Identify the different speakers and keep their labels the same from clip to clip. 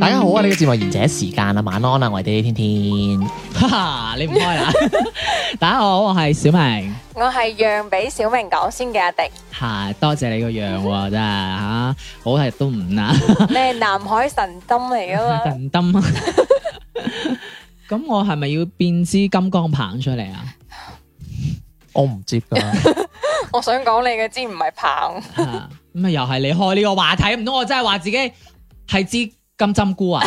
Speaker 1: 大家好啊！呢、個節目係賢者時間啊，晚安啊，我係地地天天。哈哈，你唔開啦！ 大家好，我係小明。
Speaker 2: 我係讓俾小明講先嘅阿 迪，
Speaker 1: 係，多謝你個樣喎，真係吓，好係都唔啦，
Speaker 2: 你係南海神針嚟噶 嘛？
Speaker 1: 神燈啊！ 咁我係咪要變支金剛棒出嚟啊？
Speaker 3: 我唔接噶，
Speaker 2: 我想講你嘅支唔係棒，
Speaker 1: 啊咁啊，又係你開呢個話題，唔通我真係話自己係支金針菇 啊？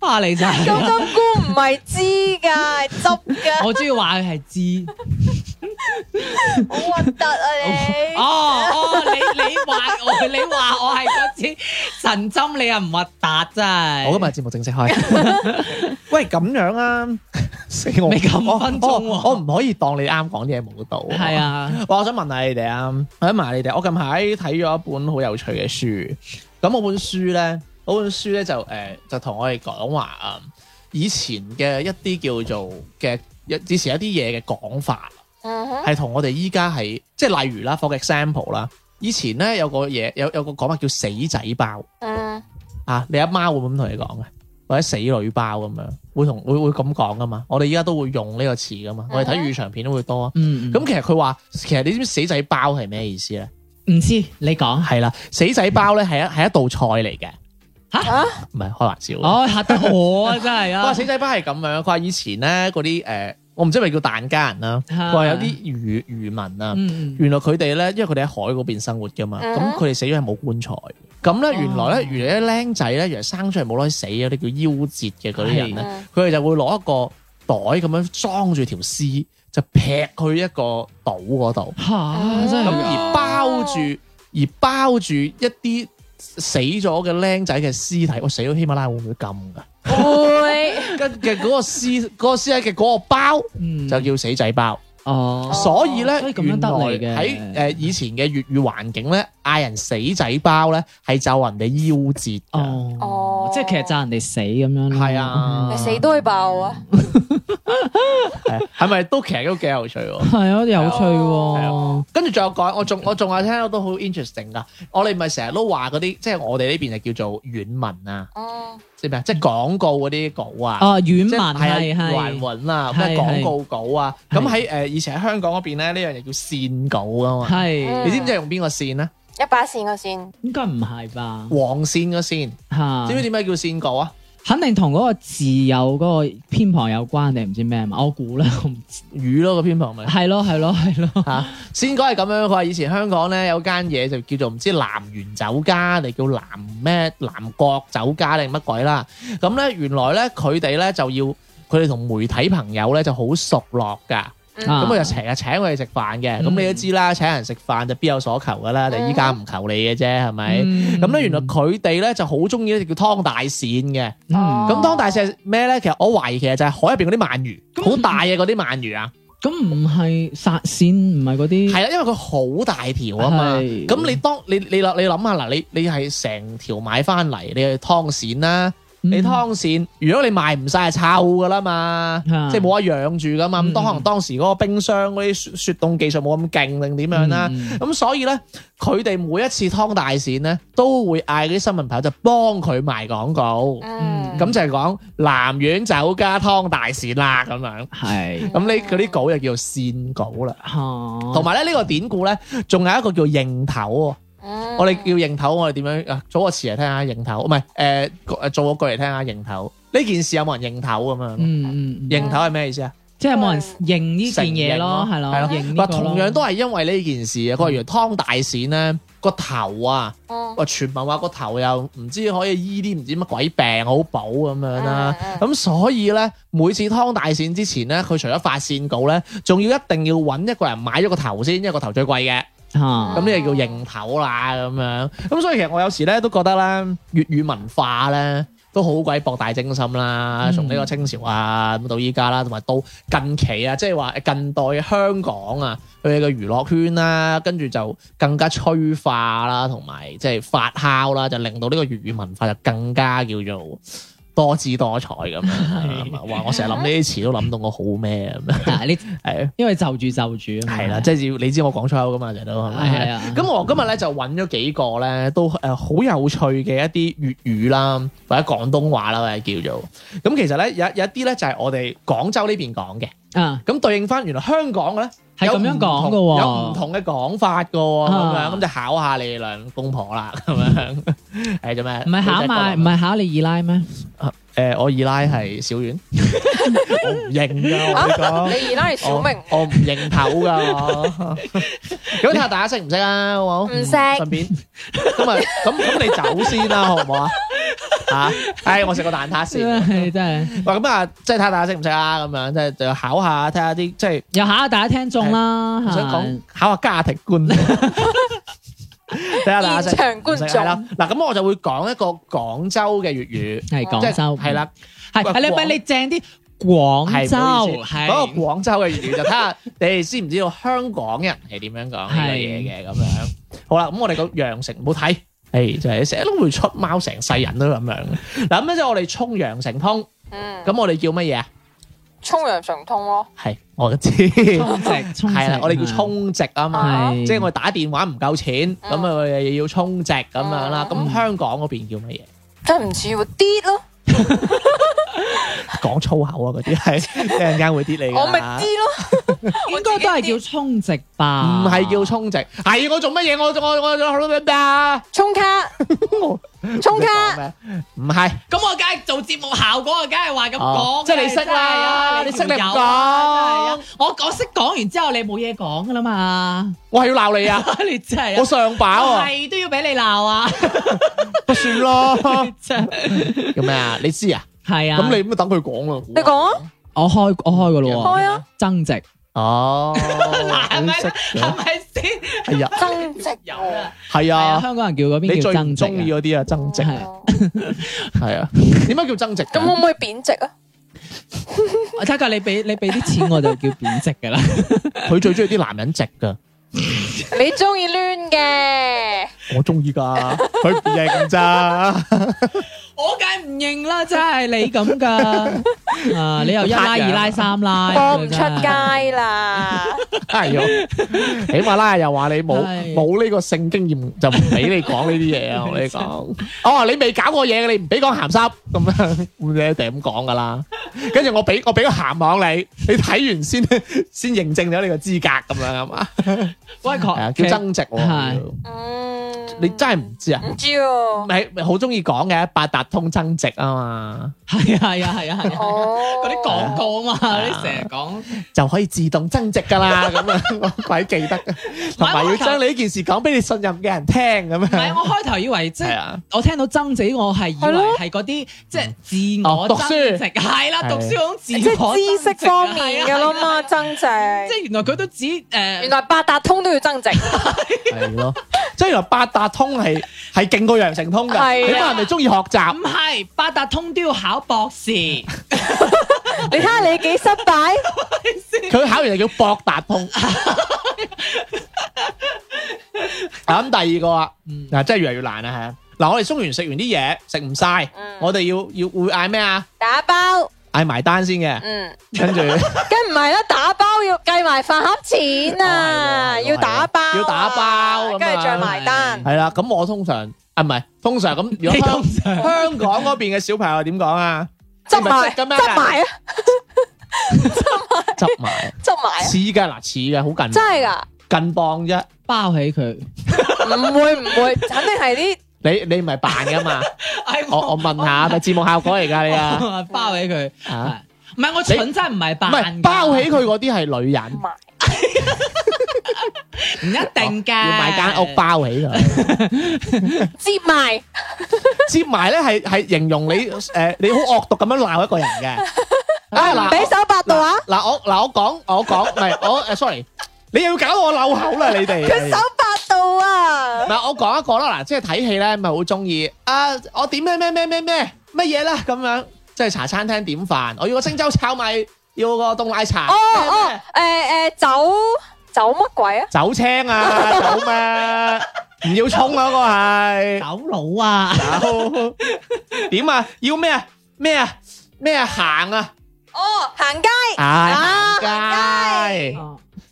Speaker 1: 啊，你真
Speaker 2: 金
Speaker 1: 係，
Speaker 2: 針菇唔係支噶，係汁噶，
Speaker 1: 我中意話佢係支。
Speaker 2: 好核突 啊
Speaker 1: 哦哦，你你話我，你話我係嗰支神針，你又唔核突真係。
Speaker 3: 我今日節目正式開。 喂，咁樣啊，死我！
Speaker 1: 未夠五分鐘
Speaker 3: 我
Speaker 1: 喎
Speaker 3: 我我唔可以當你啱講啲嘢冇到。
Speaker 1: 係，啊，
Speaker 3: 喂，我想問下你哋啊，我想問下你哋，我近排睇咗一本好有趣嘅書，咁我本書咧，嗰本書咧就誒、呃就同我哋講話啊，以前嘅一啲叫做嘅一之前一啲嘢嘅講法。
Speaker 2: 你！嗯哼，
Speaker 3: 係同我哋依家係即係例如啦，for example 啦，以前咧有個嘢有有個講法叫死仔包
Speaker 2: 嗯，
Speaker 3: 啊，你阿媽會唔會咁同你講嘅？或者死女包咁樣，會同會會咁講噶嘛？我哋依家都會用呢個詞噶嘛？我哋睇預場片都會多啊。
Speaker 1: 嗯，
Speaker 3: 咁
Speaker 1: 咁
Speaker 3: 其實佢話，其實你知唔知死仔包係咩意思咧？
Speaker 1: 唔知你講
Speaker 3: 係啦，死仔包咧係一係一道菜嚟嘅，
Speaker 2: 啊，
Speaker 3: 唔係開玩笑。
Speaker 1: 哦，嚇得我啊，真係
Speaker 3: 佢話
Speaker 1: 啊，
Speaker 3: 死仔包係咁樣，佢話以前咧嗰啲誒，我唔知係咪叫疍家人啦，
Speaker 1: 啊
Speaker 3: 佢話有啲漁漁民啊。
Speaker 1: 嗯，嗯
Speaker 3: 原來佢哋咧，因為佢哋喺海嗰邊生活噶嘛，
Speaker 2: 嗯
Speaker 3: 咁佢哋死咗係冇棺材。咁咧，原來
Speaker 1: 哦
Speaker 3: 咧，原來啲僆仔咧，原來生出嚟冇耐死嗰啲叫夭折嘅嗰啲人咧
Speaker 2: 嗯，
Speaker 3: 佢哋就會攞一個袋咁樣裝住條屍，就劈去一個島嗰度，
Speaker 1: 嚇真
Speaker 3: 咁
Speaker 1: 係
Speaker 2: 嗯
Speaker 1: 㗎
Speaker 3: 而包住而包住一啲死咗嘅僆仔嘅屍體。我死咗喜馬拉雅會唔會咁噶？
Speaker 2: 會，
Speaker 3: 跟嘅嗰個屍嗰個屍體嘅嗰個包
Speaker 1: 嗯
Speaker 3: 就叫死仔包。
Speaker 1: 哦。
Speaker 3: 所以咧，
Speaker 1: 所以咁樣得嚟嘅
Speaker 3: 原來喺誒呃以前嘅粵語環境咧，嗌人死仔包咧係就人哋夭折嘅，
Speaker 1: 哦，
Speaker 2: 哦
Speaker 1: 即係其實責人哋死咁樣咯。
Speaker 3: 係啊
Speaker 2: 你死都去爆啊！
Speaker 3: 係啊係咪都其實都幾有趣喎？
Speaker 1: 係啊，有趣
Speaker 3: 係啊
Speaker 1: 喎。
Speaker 3: 跟住仲有講，我仲我仲有聽到都好 interesting 噶。我哋咪成日都話嗰啲，即係我哋呢邊就叫做軟文啊，
Speaker 2: 嗯，
Speaker 3: 知唔知啊？即係廣告嗰啲稿啊。
Speaker 1: 哦，軟
Speaker 3: 即係
Speaker 1: 文係
Speaker 3: 啊
Speaker 1: 係
Speaker 3: 環。韻啊，
Speaker 1: 係
Speaker 3: 咩廣告稿啊，咁
Speaker 1: 係
Speaker 3: 喺誒以前喺香港嗰邊咧，呢樣嘢叫線稿噶嘛。
Speaker 1: 係，
Speaker 3: 你知唔知係用邊個線咧？
Speaker 2: 一把線個線，
Speaker 1: 應該唔係吧？
Speaker 3: 黃線個線，
Speaker 1: 嚇
Speaker 3: 知唔，知點解叫線稿啊？
Speaker 1: 肯定同嗰個字有嗰個偏旁有關定唔知咩嘛？我估啦，我唔知。
Speaker 3: 魚咯個偏旁咪。
Speaker 1: 係咯，係咯，係咯。
Speaker 3: 嚇，啊先講係咁樣，佢話以前香港咧有間嘢就叫做唔知南園酒家定叫南咩南國酒家定乜鬼啦。咁咧原來咧佢哋咧就要佢哋同媒體朋友咧就好熟絡㗎，咁
Speaker 1: 啊
Speaker 3: 佢就成日請佢哋食飯嘅。咁
Speaker 1: 嗯
Speaker 3: 你都知啦，請人食飯就必有所求㗎啦，你依家唔求你嘅啫，係咪？
Speaker 1: 嗯
Speaker 3: 咁咧原來佢哋咧就好中意呢隻叫湯大鱔嘅。
Speaker 1: 嗯
Speaker 3: 咁湯大鱔係咩咧？其實我懷疑其實就係海入邊嗰啲鰻魚，好大嘅嗰啲鰻魚啊。
Speaker 1: 咁唔係殺線，唔係嗰啲。
Speaker 3: 係啦，啊因為佢好大條啊嘛。
Speaker 1: 嗯係
Speaker 3: 咁你當你你諗你諗下嗱，你你係成條買翻嚟，你去湯鱔啦，
Speaker 1: 嗯
Speaker 3: 你湯鱔，如果你賣唔晒係臭噶啦嘛，
Speaker 1: 啊
Speaker 3: 即係冇得養住噶嘛。咁
Speaker 1: 嗯
Speaker 3: 當可能當時嗰個冰箱嗰啲雪雪凍技術冇咁勁定點樣啦。
Speaker 1: 嗯
Speaker 3: 咁所以咧，佢哋每一次湯大鱔咧，都會嗌嗰啲新聞朋友就幫佢賣廣告，
Speaker 2: 嗯，
Speaker 3: 咁就係講南苑酒家湯大鱔啦咁樣。
Speaker 1: 嗯係
Speaker 3: 咁呢嗰啲稿就叫做線稿啦。
Speaker 1: 嚇，
Speaker 3: 同
Speaker 1: 同
Speaker 3: 埋咧呢個典故咧，仲有一個叫認頭喎。
Speaker 2: 嗯
Speaker 3: 我哋叫認頭，我哋點樣啊？組個詞嚟聽下認頭，唔係誒誒做個句嚟聽下認頭。呢件事有冇人認頭咁樣？
Speaker 1: 嗯嗯嗯
Speaker 3: 認頭係咩意思啊？
Speaker 1: 即係冇人認呢件嘢咯，
Speaker 3: 承
Speaker 1: 係
Speaker 3: 認
Speaker 1: 咯，
Speaker 3: 係
Speaker 1: 認呢
Speaker 3: 話
Speaker 1: 個咯
Speaker 3: 同樣都係因為呢件事啊。佢話原來湯大鱔咧個頭啊，
Speaker 2: 哦，
Speaker 3: 喂，傳聞話個頭又唔知可以醫啲唔知乜鬼病好補咁樣啦。
Speaker 2: 嗯，嗯，
Speaker 3: 咁所以咧，每次湯大鱔之前咧，佢除咗發鱔稿咧，仲要一定要揾一個人買咗個頭先，因為個頭最貴嘅。咁
Speaker 1: 嚇
Speaker 3: 呢個叫認頭啦咁樣。咁所以其實我有時咧都覺得咧，粵語文化咧都好鬼博大精深啦。
Speaker 1: 嗯
Speaker 3: 從呢個清朝啊咁到依家啦，同埋到近期啊，即係話近代嘅香港啊，佢哋嘅娛樂圈啦，跟住就更加催化啦，同埋即係發酵啦，就令到呢個粵語文化就更加叫做。多姿多彩 咁樣，哇！我成日諗呢啲詞都諗到我好咩咁樣，
Speaker 1: 啊呢
Speaker 3: 係
Speaker 1: 因為就住就住啊嘛，
Speaker 3: 係啦，即係要你知我講粗口噶嘛，成日都係咪？
Speaker 1: 係啊
Speaker 3: 咁我今日咧就揾咗幾個咧都誒好有趣嘅一啲粵語啦，或者廣東話啦，或者叫做咁。其實咧有有一啲咧就係我哋廣州呢邊講嘅，
Speaker 1: 啊
Speaker 3: 咁對應翻原來香港咧
Speaker 1: 係咁
Speaker 3: 有唔
Speaker 1: 樣
Speaker 3: 同
Speaker 1: 講嘅喎，
Speaker 3: 有唔同嘅講法嘅喎，咁樣
Speaker 1: 啊
Speaker 3: 咁就考下你兩公婆啦，咁樣 誒做咩？
Speaker 1: 唔係考埋，唔係考你二奶咩？
Speaker 3: 誒，我二奶係小丸，我唔認㗎，我講。
Speaker 2: 你而家係小明，
Speaker 3: 我，我唔認頭噶。咁睇下大家識唔識啊，好唔好？
Speaker 2: 唔識
Speaker 3: 順便咁啊，咁咁你走先啦，好唔好 啊？吓，唉，我食個蛋撻先。
Speaker 1: 係真係
Speaker 3: 喂，咁啊，即係睇下大家識唔識啊，咁樣即係就考下，睇下啲即係
Speaker 1: 又考下大家聽眾啦，
Speaker 3: 想
Speaker 1: 係
Speaker 3: 講考下家庭 觀。睇下大家
Speaker 2: 現
Speaker 3: 識
Speaker 2: 場
Speaker 3: 唔識
Speaker 2: 觀
Speaker 3: 係啦
Speaker 2: 眾，。
Speaker 3: 嗱，咁我就會講一個廣州嘅粵
Speaker 1: 係
Speaker 3: 語，即係
Speaker 1: 廣州，
Speaker 3: 係啦，
Speaker 1: 係，係你
Speaker 3: 廣
Speaker 1: 咪你正啲廣
Speaker 3: 係唔
Speaker 1: 州，
Speaker 3: 好意思
Speaker 1: 係
Speaker 3: 嗰個廣州嘅粵語就睇下你哋知唔知道香港人係點樣講呢個嘢嘅咁樣。好啦，咁我哋個羊城唔好睇，誒就係成日都會出貓，成世人都咁樣。嗱咁咧即係我哋沖羊城通，
Speaker 2: 嗯，
Speaker 3: 咁我哋叫乜嘢啊？
Speaker 2: 沖陽常通咯，
Speaker 3: 係我知，
Speaker 1: 充
Speaker 3: 係
Speaker 1: 值，充值
Speaker 3: 啦，我哋叫，充值啊嘛。
Speaker 1: 係
Speaker 3: 即係我哋打電話唔夠錢，咁啊我哋要充值咁樣啦。咁香港嗰邊叫乜嘢？
Speaker 2: 真係唔似喎，啲咯，
Speaker 3: 講粗口啊嗰啲係，一陣間會啲你㗎啦
Speaker 2: 我咪啲 咯，
Speaker 1: 應該都係叫充值吧？
Speaker 3: 唔係叫充值，係我做乜嘢？我我我我啊！
Speaker 2: 充卡，
Speaker 1: 啊
Speaker 2: 充卡，
Speaker 3: 唔係，
Speaker 1: 咁我梗係做節目效果，我梗係話咁講
Speaker 3: 哦
Speaker 1: 嘅，
Speaker 3: 即係你識啦，你
Speaker 1: 真係啊
Speaker 3: 識你唔
Speaker 1: 條友啊
Speaker 3: 講
Speaker 1: 真係啊，我我識講完之後，你冇嘢講噶啦嘛，
Speaker 3: 我係要鬧你啊！
Speaker 1: 你真係
Speaker 3: 我
Speaker 1: 啊。
Speaker 3: 上把喎，
Speaker 1: 係都要俾你鬧 啊！
Speaker 3: 不算咯。
Speaker 1: 真係
Speaker 3: 咁咩啊？你知啊？
Speaker 1: 係啊，
Speaker 3: 咁你咁等佢講咯。
Speaker 2: 你講啊，
Speaker 1: 我開我開噶咯喎，
Speaker 2: 開啊，
Speaker 1: 增值
Speaker 3: 哦，
Speaker 1: 係咪
Speaker 3: 識
Speaker 1: 係
Speaker 3: 嘅
Speaker 1: 咪先？
Speaker 3: 係啊，
Speaker 2: 增值
Speaker 1: 有
Speaker 2: 喎
Speaker 1: 啦，
Speaker 3: 係
Speaker 1: 係啊，
Speaker 3: 啊。
Speaker 1: 香港人叫嗰
Speaker 3: 你
Speaker 1: 邊叫
Speaker 3: 最唔
Speaker 1: 增值啊
Speaker 3: 中意嗰啲啊，增值
Speaker 1: 係
Speaker 3: 係啊。點解叫增值㗎？
Speaker 2: 咁可唔可以貶值啊？
Speaker 1: 我睇下你俾你俾啲錢我就叫貶值噶啦，
Speaker 3: 佢最中意啲男人值㗎，
Speaker 2: 你中意攣嘅，
Speaker 3: 我中意㗎，佢唔認咋。
Speaker 1: 我梗係唔認啦，真係你咁噶， 啊你又一拉二拉三拉，
Speaker 2: 播唔出街啦，
Speaker 3: 哎 呦，喜馬拉雅又話你冇
Speaker 1: 係
Speaker 3: 冇呢個性經驗，就唔俾你講呢啲嘢啊！我同 你講，哦，你未搞過嘢嘅，你唔俾講鹹濕咁樣，咁你一定咁講噶啦。跟住我俾我俾個鹹網你，你睇完先 先認證咗你個資格咁樣啊嘛，
Speaker 1: 喂，
Speaker 3: 係啊，叫增值喎
Speaker 1: 哦係。
Speaker 2: 嗯，
Speaker 3: 你真係唔知啊？
Speaker 2: 唔知喎，
Speaker 3: 咪咪好中意講嘅八達通增值啊嘛，
Speaker 1: 係啊係啊係啊係啊，
Speaker 2: 哦，
Speaker 1: 嗰啲廣告啊嘛，你成日講，
Speaker 3: 就可以自動增值 噶啦，咁樣我鬼記得㗎，同埋要將你呢件事講俾你信任嘅人聽咁
Speaker 1: 唔係
Speaker 3: 樣，
Speaker 1: 我開頭以為即
Speaker 3: 係
Speaker 1: 係
Speaker 3: 啊。
Speaker 1: 我聽到增值，我係以
Speaker 2: 係
Speaker 1: 為
Speaker 2: 咯
Speaker 1: 係嗰啲即係自我
Speaker 3: 哦讀書
Speaker 1: 增值，係啦
Speaker 3: 係
Speaker 1: 讀書嗰種
Speaker 2: 即
Speaker 1: 自我
Speaker 2: 係知識方面嘅啦
Speaker 1: 係
Speaker 2: 嘛，
Speaker 1: 啊
Speaker 2: 增值，
Speaker 1: 即係原來佢都指誒，
Speaker 2: 原來八達通都要增值，
Speaker 3: 系 咯，即系原來八達通係系劲过羊城通
Speaker 2: 係
Speaker 3: 㗎，
Speaker 2: 啊
Speaker 3: 起碼人哋中意學習
Speaker 1: 唔。係八達通都要考博 士，
Speaker 2: 你睇下你幾失敗，
Speaker 3: 佢考完就叫博達通。 嗱咁第二個啊，
Speaker 1: 嗯
Speaker 3: 嗱真係越嚟越難啦，係啊。嗱，我哋中完食完啲嘢食唔晒，
Speaker 2: 嗯
Speaker 3: 我哋要要會嗌咩啊？
Speaker 2: 打包，
Speaker 3: 嗌埋單先嘅，
Speaker 2: 嗯。
Speaker 3: 跟 住
Speaker 2: 梗唔係啦，打包要計埋飯盒錢
Speaker 3: 哦
Speaker 2: 啊，
Speaker 3: 係喎係喎
Speaker 2: 要打包啊，
Speaker 3: 要打包咁啊
Speaker 2: 跟住再埋單。
Speaker 3: 係啦。咁我通常啊，唔係 通常咁，如
Speaker 1: 你
Speaker 3: 果
Speaker 1: 通
Speaker 3: 香
Speaker 1: 常
Speaker 3: 香港嗰邊嘅小朋友點講啊？
Speaker 2: 執埋，執
Speaker 3: 咁
Speaker 2: 埋啊，
Speaker 3: 執埋，
Speaker 2: 執埋啊，
Speaker 3: 似㗎嗱，似㗎，好近，
Speaker 2: 真係㗎，
Speaker 3: 近磅啫。
Speaker 1: 包起佢。
Speaker 2: 唔會唔會，肯定係啲
Speaker 3: 你你唔係扮㗎嘛？
Speaker 1: 哎
Speaker 3: 我我問下，咪字幕效果嚟㗎你 啊？
Speaker 1: 我包起佢，
Speaker 3: 啊
Speaker 1: 唔係我蠢真係唔係
Speaker 3: 唔
Speaker 1: 扮
Speaker 3: 係
Speaker 1: 㗎，
Speaker 3: 包起佢嗰啲係女人，
Speaker 2: 埋，
Speaker 1: 唔一定㗎，
Speaker 3: 要買間屋包起佢。
Speaker 2: 接埋
Speaker 3: 接埋咧係係形容你誒、呃你好惡毒咁樣鬧一個人嘅。啊嗱，
Speaker 2: 俾手百度啊！
Speaker 3: 嗱我嗱我講我講唔係我誒 sorry，你又要搞我漏口啦你哋。
Speaker 2: 佢手百度啊！
Speaker 3: 嗱我講一個啦，嗱即係睇戲咧咪好中意啊！我點咩咩咩咩咩乜嘢啦咁樣，即係茶餐廳點飯，我要個星洲炒米，要個凍奶茶。
Speaker 2: 哦哦，诶诶，走走乜鬼啊？
Speaker 3: 酒青啊，酒咩？唔要葱啊，嗰個係。
Speaker 1: 走佬啊，
Speaker 3: 走點啊？要咩啊？咩啊？咩啊？行啊！
Speaker 2: 哦，行街
Speaker 3: 啊，行街。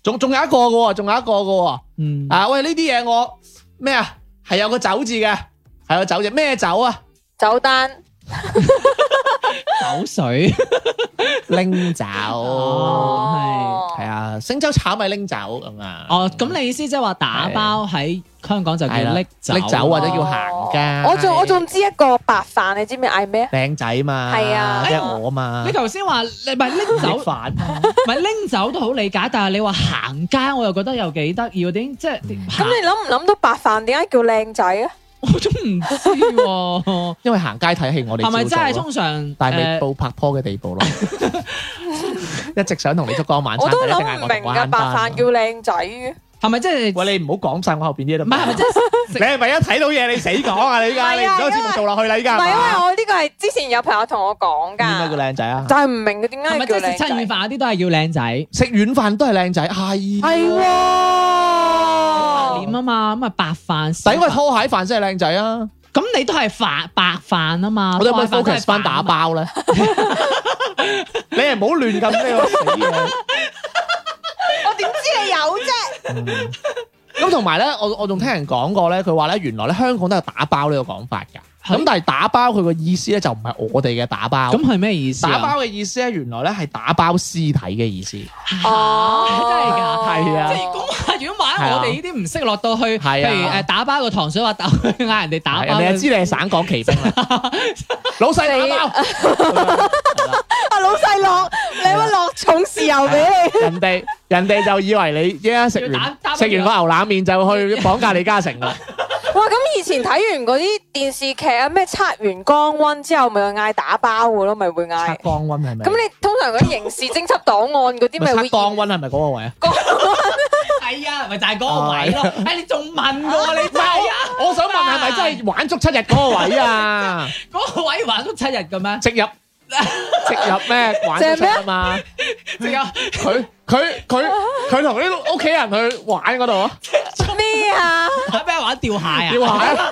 Speaker 3: 仲仲有一個嘅喎，仲有一個嘅喎。
Speaker 1: 嗯，
Speaker 3: 啊，喂，呢啲嘢我咩啊？係有個酒字嘅，係有酒字，咩酒啊？
Speaker 2: 走單
Speaker 1: 走水，
Speaker 3: 拎酒。
Speaker 1: 哦，
Speaker 3: 係啊，星洲炒米拎酒咁啊。
Speaker 1: 係，哦，咁你意思即係話打包喺香港就叫
Speaker 3: 係啦
Speaker 1: 拎啊走，
Speaker 3: 拎走或者叫行街
Speaker 2: 我仲我仲知一個白飯，你知唔知嗌咩啊？
Speaker 3: 靚仔嘛，
Speaker 2: 係啊
Speaker 3: 即係我嘛
Speaker 1: 你。頭先話你咪拎走
Speaker 3: 食，飯
Speaker 1: 唔係拎走都好理解，但係你話行街，我又覺得又幾得意喎。點即係
Speaker 3: 嗯
Speaker 1: 咁
Speaker 2: 咁你諗唔諗到白飯點解叫靚仔啊？
Speaker 1: 我都唔知喎，
Speaker 3: 因為行街睇戲我哋
Speaker 1: 係咪真
Speaker 3: 照
Speaker 1: 係
Speaker 3: 做咯
Speaker 1: 通常呃
Speaker 3: 但係未
Speaker 1: 誒
Speaker 3: 到拍拖嘅地步咯， 一直想同你燭光晚餐，
Speaker 2: 我都
Speaker 3: 但係一
Speaker 2: 諗
Speaker 3: 定係
Speaker 2: 唔明
Speaker 3: 我同我
Speaker 2: 㗎，
Speaker 3: 慳
Speaker 2: 白
Speaker 3: 返
Speaker 2: 飯叫靚仔嘅，
Speaker 1: 係咪即係
Speaker 3: 喂，你唔好講晒我後邊啲啦。
Speaker 1: 唔係係咪即係
Speaker 3: 你係咪一睇到嘢你死講啊？你依家
Speaker 2: 唔
Speaker 3: 你
Speaker 2: 係
Speaker 3: 唔
Speaker 2: 啊
Speaker 3: 想節目做落去啦？依
Speaker 2: 唔
Speaker 3: 家
Speaker 2: 係因為
Speaker 3: 係
Speaker 2: 我呢個係之前有朋友同我講
Speaker 3: 嘛點解叫
Speaker 2: 㗎，
Speaker 3: 靚仔啊
Speaker 2: 就？係唔明佢點
Speaker 1: 係
Speaker 2: 解
Speaker 1: 咪即
Speaker 2: 叫
Speaker 1: 係食
Speaker 2: 靚
Speaker 1: 親軟
Speaker 2: 仔。
Speaker 1: 飯嗰啲都係要靚仔？
Speaker 3: 食軟飯都係靚仔，哎係
Speaker 2: 係喎，哦
Speaker 1: 點啊嘛，咁啊白飯
Speaker 3: 抵
Speaker 1: 先。
Speaker 3: 我拖鞋飯先係靚仔啊！
Speaker 1: 咁你都係飯白飯啊嘛，
Speaker 3: 我哋可唔可以
Speaker 1: 白飯都係
Speaker 3: focus 翻打
Speaker 1: 飯啊嘛。
Speaker 3: 包咧？ 你係唔好亂咁呢個死嘢。
Speaker 2: 我點知你有啫？
Speaker 3: 咁同埋咧，我我仲聽人講過咧，佢話咧原來咧香港都有打包呢個講法㗎。
Speaker 1: 係
Speaker 3: 咁但係打包佢個意思咧就唔係我哋嘅打包。
Speaker 1: 咁係咩意思
Speaker 3: 打
Speaker 1: 啊？
Speaker 3: 包嘅意思咧，原來咧係打包屍體嘅意思。
Speaker 2: 哦，
Speaker 1: 真
Speaker 3: 係㗎係啊
Speaker 1: 即係咁，如果
Speaker 3: 係
Speaker 1: 買
Speaker 3: 啊
Speaker 1: 我哋呢啲唔識落到去，
Speaker 3: 係啊
Speaker 1: 譬如誒打包個糖水話打嗌人哋打
Speaker 3: 係
Speaker 1: 包，
Speaker 3: 人哋 就知你係省港奇兵啦，老細打包。係啦
Speaker 2: 啊老細落，你咪落重豉油俾你。
Speaker 3: 人哋人哋就以為你依家食
Speaker 1: 要打打
Speaker 3: 完
Speaker 1: 包
Speaker 3: 食完個牛腩面就去綁架李 嘉誠啦，
Speaker 2: 哇！咁以前睇完嗰啲電視劇啊，咩測完光温之後，咪會嗌打包嘅咯，咪會
Speaker 3: 測
Speaker 2: 嗌。
Speaker 3: 光温係咪？
Speaker 2: 咁你通常嗰啲刑事偵緝檔案嗰啲，咪 會
Speaker 3: 測光温係咪嗰個位啊？
Speaker 1: 係啊，咪就係嗰個位咯。哎誒，你仲問我你真係啊？
Speaker 3: 我想問啊係咪真係玩足七日嗰個位啊？
Speaker 1: 嗰個位玩足七日嘅 咩？
Speaker 3: 直入直入咩？玩足七日啊嘛！
Speaker 1: 仲有
Speaker 3: 佢佢佢佢同啲屋企人去玩嗰度啊，
Speaker 2: 咩啊？
Speaker 1: 玩咩玩吊蟹啊？
Speaker 3: 要玩啊，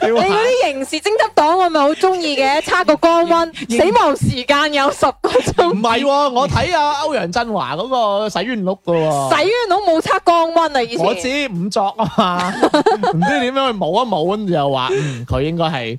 Speaker 3: 要
Speaker 2: 你嗰
Speaker 3: 玩。
Speaker 2: 啲刑事偵緝檔案咪好中意嘅， 測個光温，死亡時間有十個
Speaker 3: 唔
Speaker 2: 鐘。
Speaker 3: 係喎，我睇阿歐陽振華嗰個洗冤錄噶喎。
Speaker 2: 洗冤佬冇測光温啊！以前
Speaker 3: 哦我知五作啊嘛，唔知點樣去冇一冇，跟住又話嗯佢應該係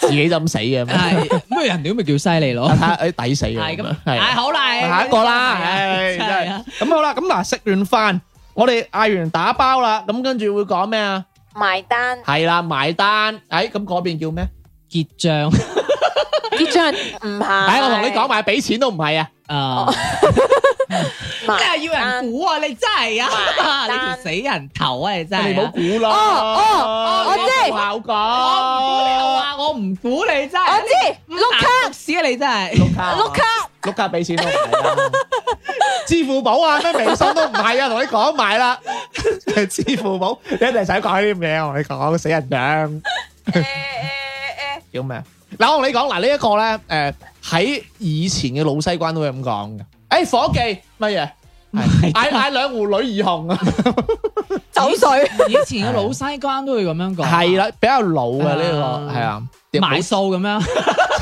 Speaker 3: 自己就咁死嘅，咁
Speaker 1: 係咩人料咪叫犀利咯
Speaker 3: 睇？下誒抵死嘅
Speaker 1: 係
Speaker 3: 咁
Speaker 1: 咁
Speaker 3: 樣，，
Speaker 1: 唉
Speaker 3: 係
Speaker 1: 好啦，
Speaker 3: 下一個啦，
Speaker 1: 係啊
Speaker 3: 唉真
Speaker 1: 係
Speaker 3: 係
Speaker 1: 啊
Speaker 3: 咁好啦，咁嗱食完飯，我哋嗌完打包啦，咁跟住會講咩啊？
Speaker 2: 埋單
Speaker 3: 係啦，埋單，誒咁嗰邊叫咩？
Speaker 1: 結 帳
Speaker 2: 結帳係唔下。
Speaker 3: 哎誒我同你講埋，俾錢都唔係啊，
Speaker 1: 啊！
Speaker 2: 埋
Speaker 1: 真係要人估啊！你真係 啊！你條死人頭啊！你真
Speaker 3: 你
Speaker 1: 係
Speaker 3: 唔
Speaker 1: 啊
Speaker 3: 好！估啦，
Speaker 2: 哦哦我知
Speaker 3: 效
Speaker 1: 我唔估你，我
Speaker 3: 果，
Speaker 1: 話我唔估你真
Speaker 2: 我
Speaker 1: 係。
Speaker 2: 知碌 卡
Speaker 1: 卡屎啊！你真係。
Speaker 3: 卡
Speaker 2: 碌卡。
Speaker 3: 碌卡俾錢都唔係啦，支付寶啊咩微信都唔係啊，同你講埋 啦，支付寶你一定使講呢啲嘢，我同你講死人樣
Speaker 2: 誒誒誒。
Speaker 3: 叫咩？嗱，我同你講嗱，呢一個咧，誒喺以前嘅老西關都會咁講嘅。誒伙計乜嘢？係嗌嗌兩壺女兒紅啊，
Speaker 2: 走水，
Speaker 1: 以前嘅老西關都會咁樣講。
Speaker 3: 係。啦，比較老嘅呢
Speaker 1: 啊
Speaker 3: 個係啊，
Speaker 1: 埋數咁 樣。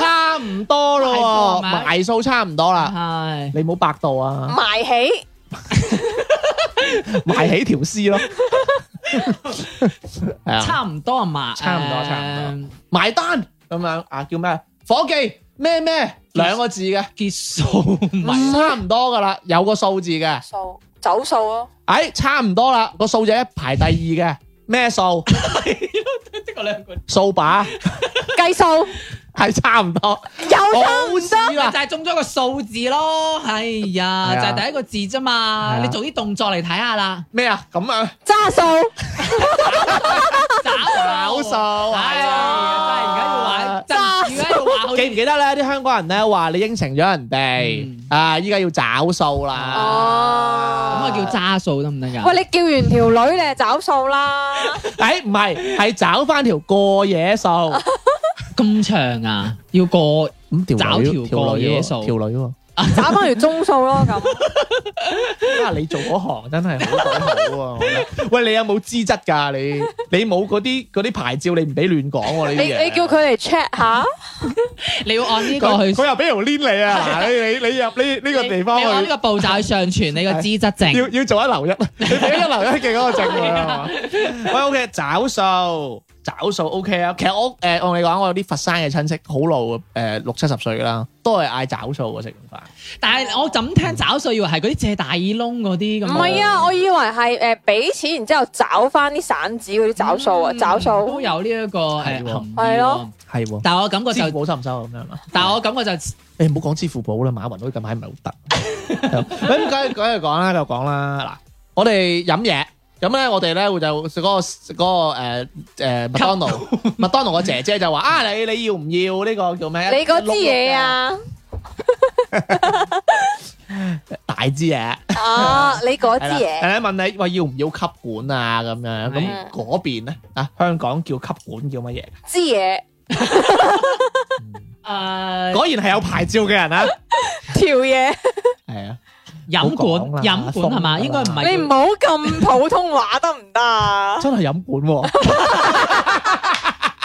Speaker 3: 差唔多咯喎，
Speaker 1: 埋數係咪
Speaker 3: 埋數差唔多啦。
Speaker 1: 係。
Speaker 3: 你冇百 度啊，
Speaker 2: 埋起
Speaker 3: 埋起條 絲咯，係啊。
Speaker 1: 差唔多啊嘛。
Speaker 3: 差唔多
Speaker 1: 誒
Speaker 3: 差唔埋單咁樣啊，叫咩？伙計咩咩兩個字嘅，
Speaker 1: 結數 埋。
Speaker 3: 差唔多噶啦，有個數字嘅，
Speaker 2: 數走數咯，
Speaker 3: 哎，差唔多啦，個數字一排第二嘅，咩數？
Speaker 1: 嗰兩個
Speaker 3: 掃把
Speaker 2: 計數
Speaker 3: 係差唔多，
Speaker 2: 有啦，
Speaker 3: 好似
Speaker 1: 咪
Speaker 3: 啦
Speaker 1: 就，係中咗個數字咯。哎呀，
Speaker 3: 啊係啊
Speaker 1: 就係第一個字啫嘛。
Speaker 3: 係啊
Speaker 1: 你做啲動作嚟睇下 啦，
Speaker 3: 咩啊咁啊，
Speaker 2: 揸數
Speaker 1: 找
Speaker 3: 搞數
Speaker 1: 哎呀，真係而家要話，真而家要話好似
Speaker 3: 記唔記得咧？啲香港人咧話你應承咗人哋
Speaker 1: 嗯
Speaker 3: 啊，依家要找數啦。
Speaker 1: 咁
Speaker 2: 哦
Speaker 1: 啊叫揸數得唔得㗎？
Speaker 2: 喂，你叫完條女你係找數啦，
Speaker 3: 誒唔係，係找翻條過夜數。
Speaker 1: 咁長啊，要 過
Speaker 3: 咁條
Speaker 1: 找條
Speaker 3: 女條
Speaker 1: 過夜
Speaker 3: 女
Speaker 1: 數
Speaker 3: 喎條女喎。
Speaker 2: 找翻條中數咯咁。
Speaker 3: 啊！你做嗰行真係好講好啊！我覺得 喂，你有冇資質㗎？你你冇嗰啲嗰啲牌照，你唔俾亂講喎！
Speaker 2: 你
Speaker 3: 呢啲嘢
Speaker 2: 你叫佢嚟 check 下，
Speaker 1: 你要按呢個
Speaker 3: 佢
Speaker 1: 去
Speaker 3: 佢又俾條 link 你啊！你你你入呢呢個地方
Speaker 1: 你要按呢
Speaker 3: 去，
Speaker 1: 個步驟去上傳 你個資質
Speaker 3: 要
Speaker 1: 證。
Speaker 3: 要做一留 一，你俾一留一嘅嗰個證㗎啦係 嘛喂，OK，找數找數 OK 啊！其實我誒我同你講，我有啲佛山嘅親戚好老誒六七十歲㗎啦，都係嗌找數嘅食完飯。
Speaker 1: 但係我就咁聽找數，以為係嗰啲借大耳窿嗰啲
Speaker 2: 唔
Speaker 1: 咁。
Speaker 2: 係啊，我以為係誒俾錢，然之後找翻啲散紙嗰啲找數啊，
Speaker 1: 嗯
Speaker 2: 找
Speaker 1: 都
Speaker 2: 數
Speaker 1: 有呢一個誒
Speaker 3: 係喎
Speaker 1: 含義
Speaker 2: 係
Speaker 1: 喎
Speaker 2: 咯。
Speaker 3: 係喎，
Speaker 1: 但係我感覺
Speaker 3: 支
Speaker 1: 就
Speaker 3: 付，寶收唔收啊？咁樣係嘛？
Speaker 1: 但係我感覺就
Speaker 3: 你唔好講支付寶啦，馬雲都近排唔係好得。咁梗係梗係講啦，就講啦。嗱，我哋飲嘢，咁咧我哋咧會就嗰、個嗰、個誒誒、麥當勞麥當勞個姐姐就話啊，你你要唔要呢個叫咩？
Speaker 2: 你嗰支嘢啊，
Speaker 3: 大支嘢。
Speaker 2: 啊，你嗰支
Speaker 3: 係啦，
Speaker 2: 嘢。
Speaker 3: 誒問你喂要唔要吸管啊咁
Speaker 1: 嗯
Speaker 3: 樣，
Speaker 2: 係
Speaker 3: 咁嗰邊咧啊香港叫吸管叫乜嘢？
Speaker 2: 支嘢
Speaker 1: 誒呃嗯
Speaker 3: 果然係有牌照 嘅人啊，
Speaker 2: 條嘢，
Speaker 3: 係啊，
Speaker 1: 飲
Speaker 3: 唔好講
Speaker 1: 管
Speaker 3: 啦
Speaker 1: 飲管係嘛？
Speaker 3: 封㗎啦
Speaker 1: 應該唔係
Speaker 2: 你唔好咁普通話得唔得啊？
Speaker 3: 真係飲管喎、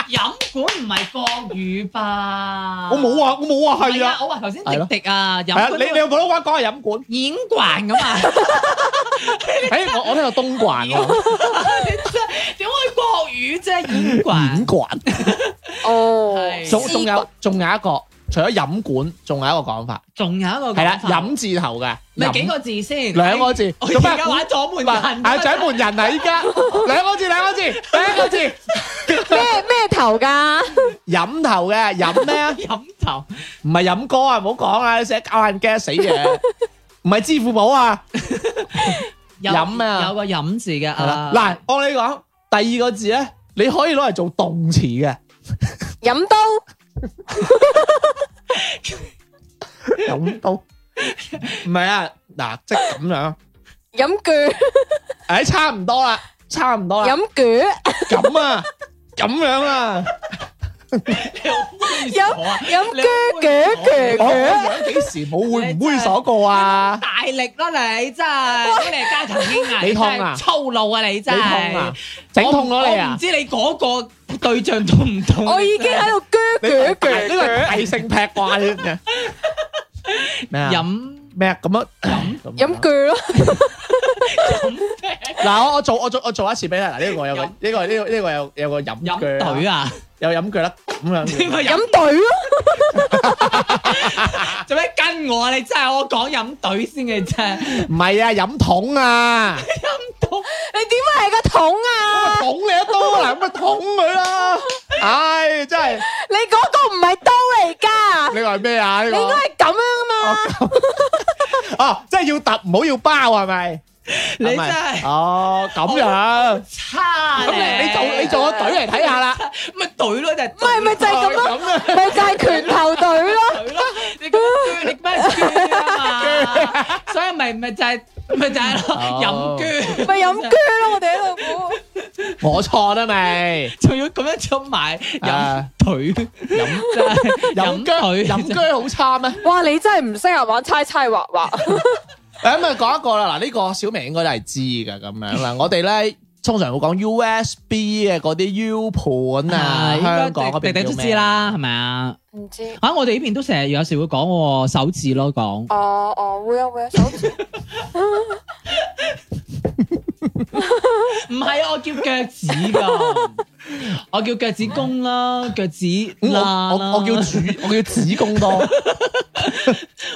Speaker 1: 飲管唔係國語吧？
Speaker 3: 我冇話我冇話係
Speaker 1: 係
Speaker 3: 啊，
Speaker 1: 我話頭先
Speaker 3: 係咯
Speaker 1: 滴滴啊，飲
Speaker 3: 係啊，
Speaker 1: 管
Speaker 3: 你你用普通話講係 飲管。
Speaker 1: 演慣咁 啊？
Speaker 3: 诶，我我聽到東莞喎，
Speaker 1: 點會國語啫？演慣
Speaker 3: 演管，
Speaker 2: 哦，
Speaker 1: 係
Speaker 3: 仲仲有仲有一個，除咗飲管，仲有一個講法，
Speaker 1: 仲有一個講法
Speaker 3: 係啦，飲字頭嘅，
Speaker 1: 咪
Speaker 3: 飲
Speaker 1: 幾個字先？哎
Speaker 3: 兩個字，
Speaker 1: 我
Speaker 3: 做咩
Speaker 1: 而家？玩左門人，啊
Speaker 3: 係掌門人啊！依家兩個字，兩個字，兩個字，
Speaker 2: 咩咩頭噶？
Speaker 3: 飲頭嘅飲咩啊？
Speaker 1: 飲頭。
Speaker 3: 唔係飲歌啊，唔好講啦，你成日搞眼鏡死嘢，唔係支付寶啊，
Speaker 1: 有
Speaker 3: 飲啊
Speaker 1: 有個飲字嘅
Speaker 3: 係啦
Speaker 1: 啊，，
Speaker 3: 嗱，我同你講第二個字咧，你可以攞嚟做動詞嘅，
Speaker 2: 飲刀
Speaker 3: 飲到，唔係啊，嗱，即係咁樣。
Speaker 2: 飲鋸
Speaker 3: 诶，差唔多啦，差唔多啦，
Speaker 2: 飲鋸
Speaker 3: 咁啊，咁樣啊，
Speaker 1: 猥
Speaker 2: 有
Speaker 1: 瑣啊
Speaker 2: 飲
Speaker 1: 你啊
Speaker 2: 鋸鋸鋸
Speaker 3: 我我
Speaker 2: 鋸，
Speaker 3: 樣幾時冇會唔猥瑣過啊？
Speaker 1: 大力啦你真係，你係家 庭英藝，
Speaker 3: 你痛啊
Speaker 1: 真係粗魯啊你
Speaker 3: 你
Speaker 1: 真係，
Speaker 3: 痛啊，整痛咗你
Speaker 1: 我唔
Speaker 3: 啊！
Speaker 1: 知你嗰個對象痛唔痛？
Speaker 2: 我已經喺度鋸
Speaker 3: 你
Speaker 2: 鋸
Speaker 3: 大呢
Speaker 2: 鋸
Speaker 3: 個
Speaker 2: 鋸，
Speaker 3: 係性劈啩你知唔知啊咩啊？
Speaker 1: 飲
Speaker 3: 咩啊？咁啊？咁
Speaker 2: 飲鋸咯，
Speaker 3: 嗱，我我做我做我做一次俾你嗱，呢個有個
Speaker 1: 飲
Speaker 3: 呢個呢個呢個有有個飲
Speaker 1: 飲
Speaker 3: 腳啊
Speaker 1: 隊啊？
Speaker 3: 有飲腳啦，咁 樣
Speaker 1: 點
Speaker 3: 嘅
Speaker 1: 解
Speaker 2: 飲
Speaker 1: 飲
Speaker 2: 隊咯，
Speaker 1: 做咩跟我啊？你真係我講飲隊先 嘅啫，
Speaker 3: 唔係啊，飲桶啊，
Speaker 2: 你點會係個桶啊？
Speaker 3: 捅你一刀啊，嗱咁啊捅佢啦！唉，真係
Speaker 2: 你嗰個唔係刀嚟㗎，
Speaker 3: 你話咩啊？呢
Speaker 2: 你應
Speaker 3: 個
Speaker 2: 該係咁樣啊嘛。
Speaker 3: 哦，即係要揼，唔好要包係咪？
Speaker 1: 你
Speaker 3: 係
Speaker 1: 真
Speaker 3: 咪
Speaker 1: 係
Speaker 3: 哦咁樣，
Speaker 1: 差
Speaker 3: 咁你你做你做個隊嚟睇下啦，
Speaker 1: 咪隊咯就係
Speaker 2: 唔係咪就係咁咯，
Speaker 3: 咁樣
Speaker 2: 咪就係拳頭隊 咯。
Speaker 1: 佢咯，你咁捐，你咩捐 啊嘛？所以咪咪就係咪就係咯，
Speaker 3: 哦
Speaker 1: 飲捐
Speaker 2: 咪飲薑咯，我哋喺度估。
Speaker 3: 我錯啦咪？
Speaker 1: 仲要咁樣出埋飲
Speaker 3: 啊
Speaker 1: 腿，飲真係
Speaker 3: 飲薑
Speaker 1: 腿
Speaker 3: 飲薑好差咩？
Speaker 2: 哇！你真係唔適合玩猜猜畫畫。
Speaker 3: 誒咁啊講一個啦，嗱呢個小明應該都係知㗎咁樣 嗱，我哋咧。通常會講 USB 嘅嗰啲 U 盤啊，
Speaker 1: 應該
Speaker 3: 香港嗰
Speaker 1: 地
Speaker 3: 邊
Speaker 1: 地
Speaker 3: 叫
Speaker 1: 都知
Speaker 3: 咩啊？
Speaker 1: 啦，係咪啊？
Speaker 2: 唔知。
Speaker 1: 啊，我哋呢邊都成日有時會講喎手指咯，講
Speaker 2: 哦哦，會啊會啊，手指
Speaker 1: 唔係啊，我叫腳趾㗎， 我叫腳趾公啦，腳趾
Speaker 3: 咁
Speaker 1: 啦，
Speaker 3: 嗯我 我我叫主，我叫子公多，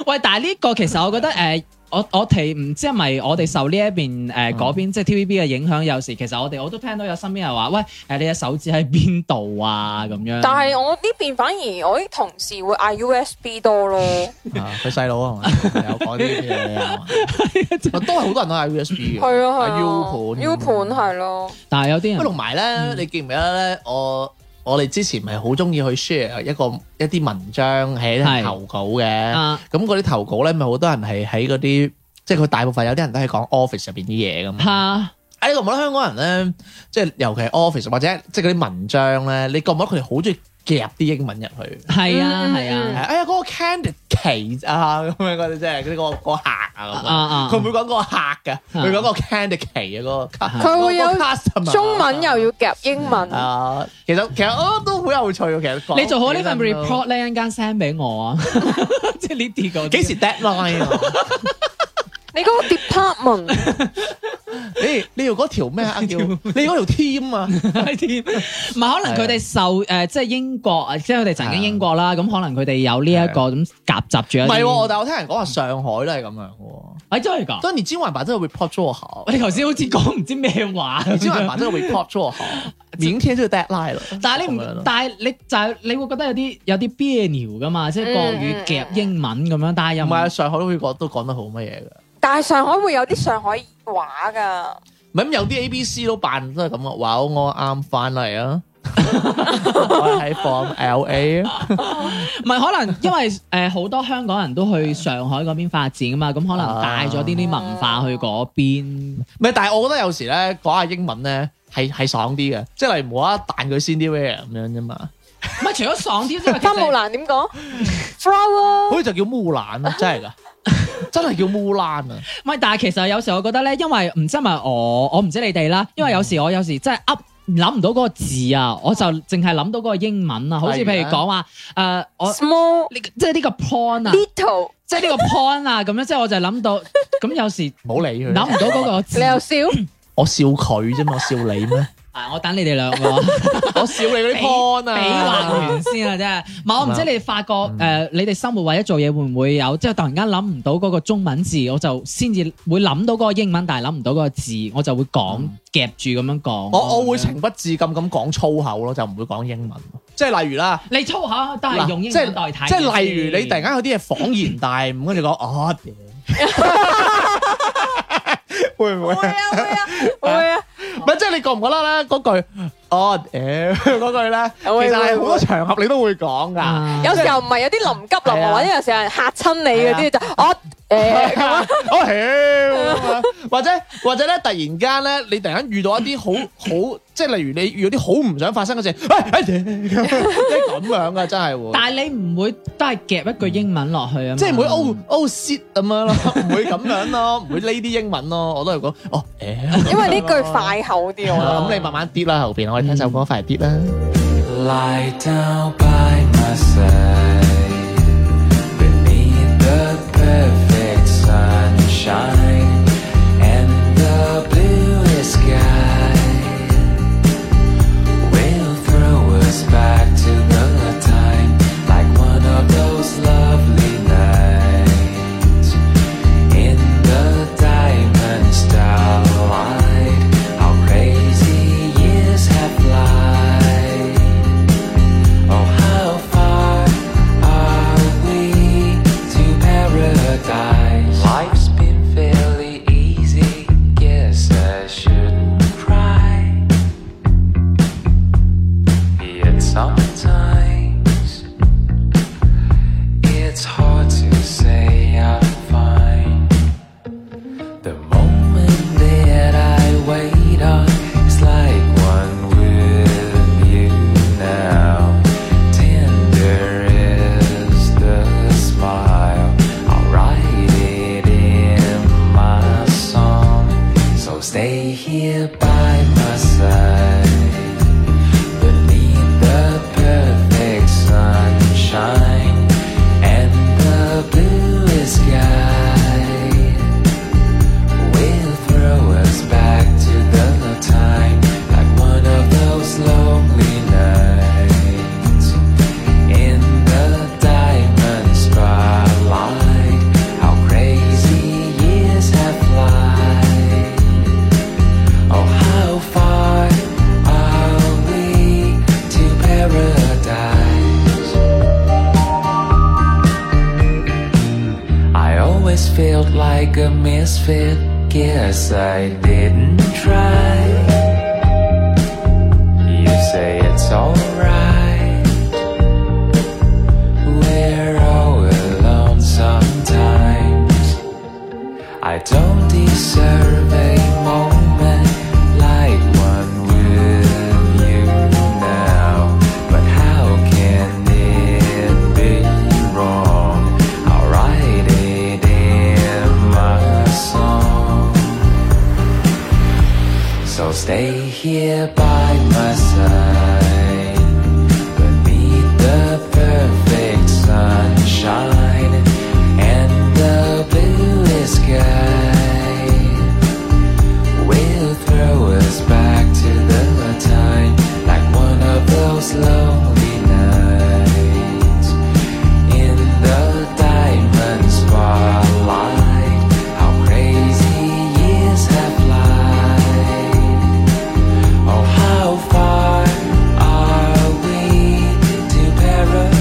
Speaker 1: 喂，但係呢個其實我覺得誒、呃我我哋唔知係咪我哋受呢一邊誒嗰邊即係 TVB 嘅影響，有時其實我哋我都聽到有身邊人話，喂誒、你嘅手指喺邊度啊咁樣。
Speaker 2: 但係我呢邊反而我啲同事會嗌 USB 多咯，
Speaker 3: 啊佢細佬啊嘛，有講呢啲嘢啊嘛，都係好多人都嗌 USB 嘅，
Speaker 2: 係啊係啊
Speaker 3: 嗌 à, U 盤
Speaker 2: ，U 盤係咯，
Speaker 1: 但係有啲
Speaker 3: 不過
Speaker 1: 人
Speaker 3: 同埋咧，你記唔記得咧？我我哋之前咪好中意去 share 一個一啲文章喺
Speaker 1: 係
Speaker 3: 投稿嘅，
Speaker 1: 啊
Speaker 3: 咁嗰啲投稿咧，咪好多人係喺嗰啲，即係佢大部分有啲人都係講 office 入邊啲嘢
Speaker 1: 嗯
Speaker 3: 咁。
Speaker 1: 嚇
Speaker 3: 喺我覺得香港人咧，即係尤其係 office 或者即係嗰啲文章咧，你覺唔覺得佢哋好中意夾啲英文入去？
Speaker 1: 係啊
Speaker 2: 嗯嗯
Speaker 1: 係啊
Speaker 3: 係哎呀，嗰個 candidate 啊，咁樣嗰啲即係嗰啲嗰個嗰個客啊
Speaker 1: 啊
Speaker 3: 咁樣。
Speaker 1: 啊！
Speaker 3: 佢唔會講嗰個客嘅，佢講嗰個 candidate 嘅嗰個
Speaker 1: 啊
Speaker 3: cu-
Speaker 2: 佢會有
Speaker 3: 嗰個 customer
Speaker 2: 中文又要夾英文，
Speaker 3: 啊，其實其實我都好有趣喎。其實講
Speaker 1: 你做好呢份
Speaker 3: 起身都
Speaker 1: report 咧，一陣間 send 俾我啊，即係呢啲個
Speaker 3: 幾時 deadline 啊？
Speaker 2: 你嗰個 department
Speaker 3: 你你要嗰條咩啊？叫你嗰條 team 啊？
Speaker 1: 係添？唔係可能佢哋受誒，即係英國啊，即係佢哋曾經英國啦，咁可能佢哋有呢一個咁夾雜住一
Speaker 3: 唔
Speaker 1: 啲。
Speaker 3: 係喎，我但我聽人講話上海都係咁樣嘅喎。
Speaker 1: 誒真係㗎！
Speaker 3: 當年天晚把這個 report 做好
Speaker 1: 我，哋頭先好似講唔知咩話咁
Speaker 3: 你今晚
Speaker 1: 樣，
Speaker 3: 把這個 report 做好， 明天就 deadline 啦。
Speaker 1: 但係你
Speaker 3: 咁樣
Speaker 1: 唔
Speaker 3: 咯，
Speaker 1: 但係你就係你會覺得有啲有啲 b i n a 噶嘛，即係國語夾英文咁樣，但係又
Speaker 3: 唔
Speaker 1: 唔
Speaker 3: 係啊，
Speaker 1: 係
Speaker 3: 上海都會講都講得好乜嘢嘅。
Speaker 2: 但係上海會有啲上海話㗎，
Speaker 3: 唔係咁有啲 A B C 都扮都係咁嘅。哇！我啱翻嚟 啊，我喺 from L A 啊，
Speaker 1: 唔係可能因為誒好多香港人都去上海嗰邊發展啊嘛，咁可能帶咗啲啲文化去嗰邊。
Speaker 3: 唔係，但係我覺得有時咧講下英文咧係係爽啲嘅，即係例如冇得彈佢先啲 where 咁樣啫嘛，
Speaker 1: 唔係除咗爽啲 之外，其
Speaker 2: 花木
Speaker 1: 實
Speaker 2: 蘭點講？flower
Speaker 3: 好似就叫木蘭啊，真係 㗎，真係叫木蘭啊，
Speaker 1: 唔係，但係其實有時我覺得咧，因為唔知係咪我，我唔知你哋啦，因為有時我有時真係噏諗唔到嗰個字啊，我就淨係諗到嗰個英文啊，好似
Speaker 3: 例如
Speaker 1: 譬
Speaker 3: 咧
Speaker 1: 如講話誒我。
Speaker 2: small
Speaker 1: 呢個即係呢個 point 啊，
Speaker 2: little，
Speaker 1: 即係呢個 point 啊，咁樣即係我就諗 到，咁有時
Speaker 3: 唔好理佢。
Speaker 1: 諗唔到嗰個字
Speaker 2: 你，又笑，
Speaker 3: 我笑佢啫嘛，我笑你咩？
Speaker 1: 啊我等你哋兩個
Speaker 3: 我笑你嗰啲 point
Speaker 1: 比劃
Speaker 3: 啊，
Speaker 1: 完先啊，真係。唔係 我唔知你哋發覺誒，你哋生活或者做嘢會唔會有，即係突然間諗唔到嗰個中文字，我就先至會諗到嗰個英文，但係諗唔到嗰個字，我就會講夾住咁樣講。
Speaker 3: 我我會情不自禁咁講粗口咯，就唔會講英文。即係例如啦。
Speaker 1: 你粗口都係
Speaker 3: 嗱
Speaker 1: 用英
Speaker 3: 即係
Speaker 1: 文代替嘅
Speaker 3: 即
Speaker 1: 先。
Speaker 3: 係例如你突然間有啲嘢恍然大悟，跟住講啊，屌會唔會？
Speaker 2: 會啊會啊會啊，
Speaker 3: 唔係即係你覺唔覺得咧嗰句啊屌嗰句咧，其
Speaker 2: 啊會
Speaker 3: 實係好
Speaker 2: 會
Speaker 3: 多場合你都會講㗎。
Speaker 1: 啊
Speaker 2: 有時候唔係有啲臨急臨
Speaker 3: 係
Speaker 2: 忙，
Speaker 3: 啊
Speaker 2: 或者有時候有人嚇親你嗰啲就我 誒
Speaker 3: 我屌，啊或者或者咧，突然間咧，你突然間遇到一啲好好，即係例如你遇到啲好唔想發生嘅事，喂，哎 屌咁樣即係咁樣啊㗎，真係會。
Speaker 1: 但係你唔會都係夾一句英文落去啊嘛？
Speaker 3: 即係唔會 oh oh shit 咁樣咯， 唔會咁樣咯，唔會呢啲英文咯，我都係講哦，誒
Speaker 2: 因為呢句快口啲，我覺得
Speaker 3: 咁你慢慢啲啦，後邊我哋聽首歌快啲啦。
Speaker 4: Lie down by my side beneath the perfect sunshine and the bluest sky will throw us back to the time like one of those lovely nights in the diamond starlight. How crazy years have flied. Oh, how far are we to paradise? Life's been fairly easy. Guess I shouldn't cry. Yet sometimes it's hard to say I'm fine. The moment that I wait on is like one with you now. Tender is the smile. I'll write it in my song. So stay here by my side. Beneath the perfect sunshine and the blue sky will throw us back to the time like one of those lonely nights in the diamond spotlight. How crazy Oh, fit. Guess I didn't try. You say it's alright. We're all alone sometimes. I don't deserve a moment like one with you now. But how can it be wrong? I'll write it in my song. So stay here by my side beneath the perfect sunshine and the blue sky will throw us back to the time like one of those lonely nights in the diamond spotlight. How crazy years have lied. Oh, how far are we to paradise?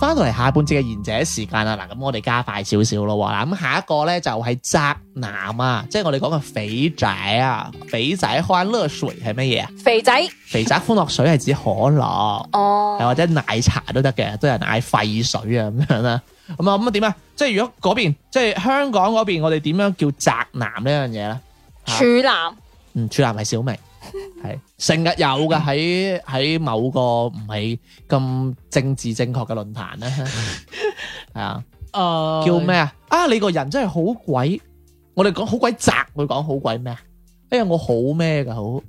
Speaker 3: 翻到嚟下半節嘅賢者時間啦，嗱咁我哋加快少少咯喎，嗱咁下一個咧就係宅男啊，即係我哋講嘅肥仔啊，肥仔歡樂水係乜嘢啊？
Speaker 2: 肥仔，
Speaker 3: 肥宅歡樂水係指可樂。
Speaker 2: 哦
Speaker 3: 係，或者奶茶都得嘅，都有人嗌廢水啊咁樣啦。咁啊咁啊點啊？即係如果嗰邊，即係香港嗰邊，我哋點樣叫宅男呢樣嘢咧？
Speaker 2: 處男，
Speaker 3: 嗯，處男係小明，係成日有嘅喺喺某個唔係咁政治正確嘅論壇咧，係啊，
Speaker 1: 誒
Speaker 3: 叫咩？啊？啊，你個人真係好鬼，我哋講好鬼宅，會講好鬼咩啊？哎呀，我好咩㗎？好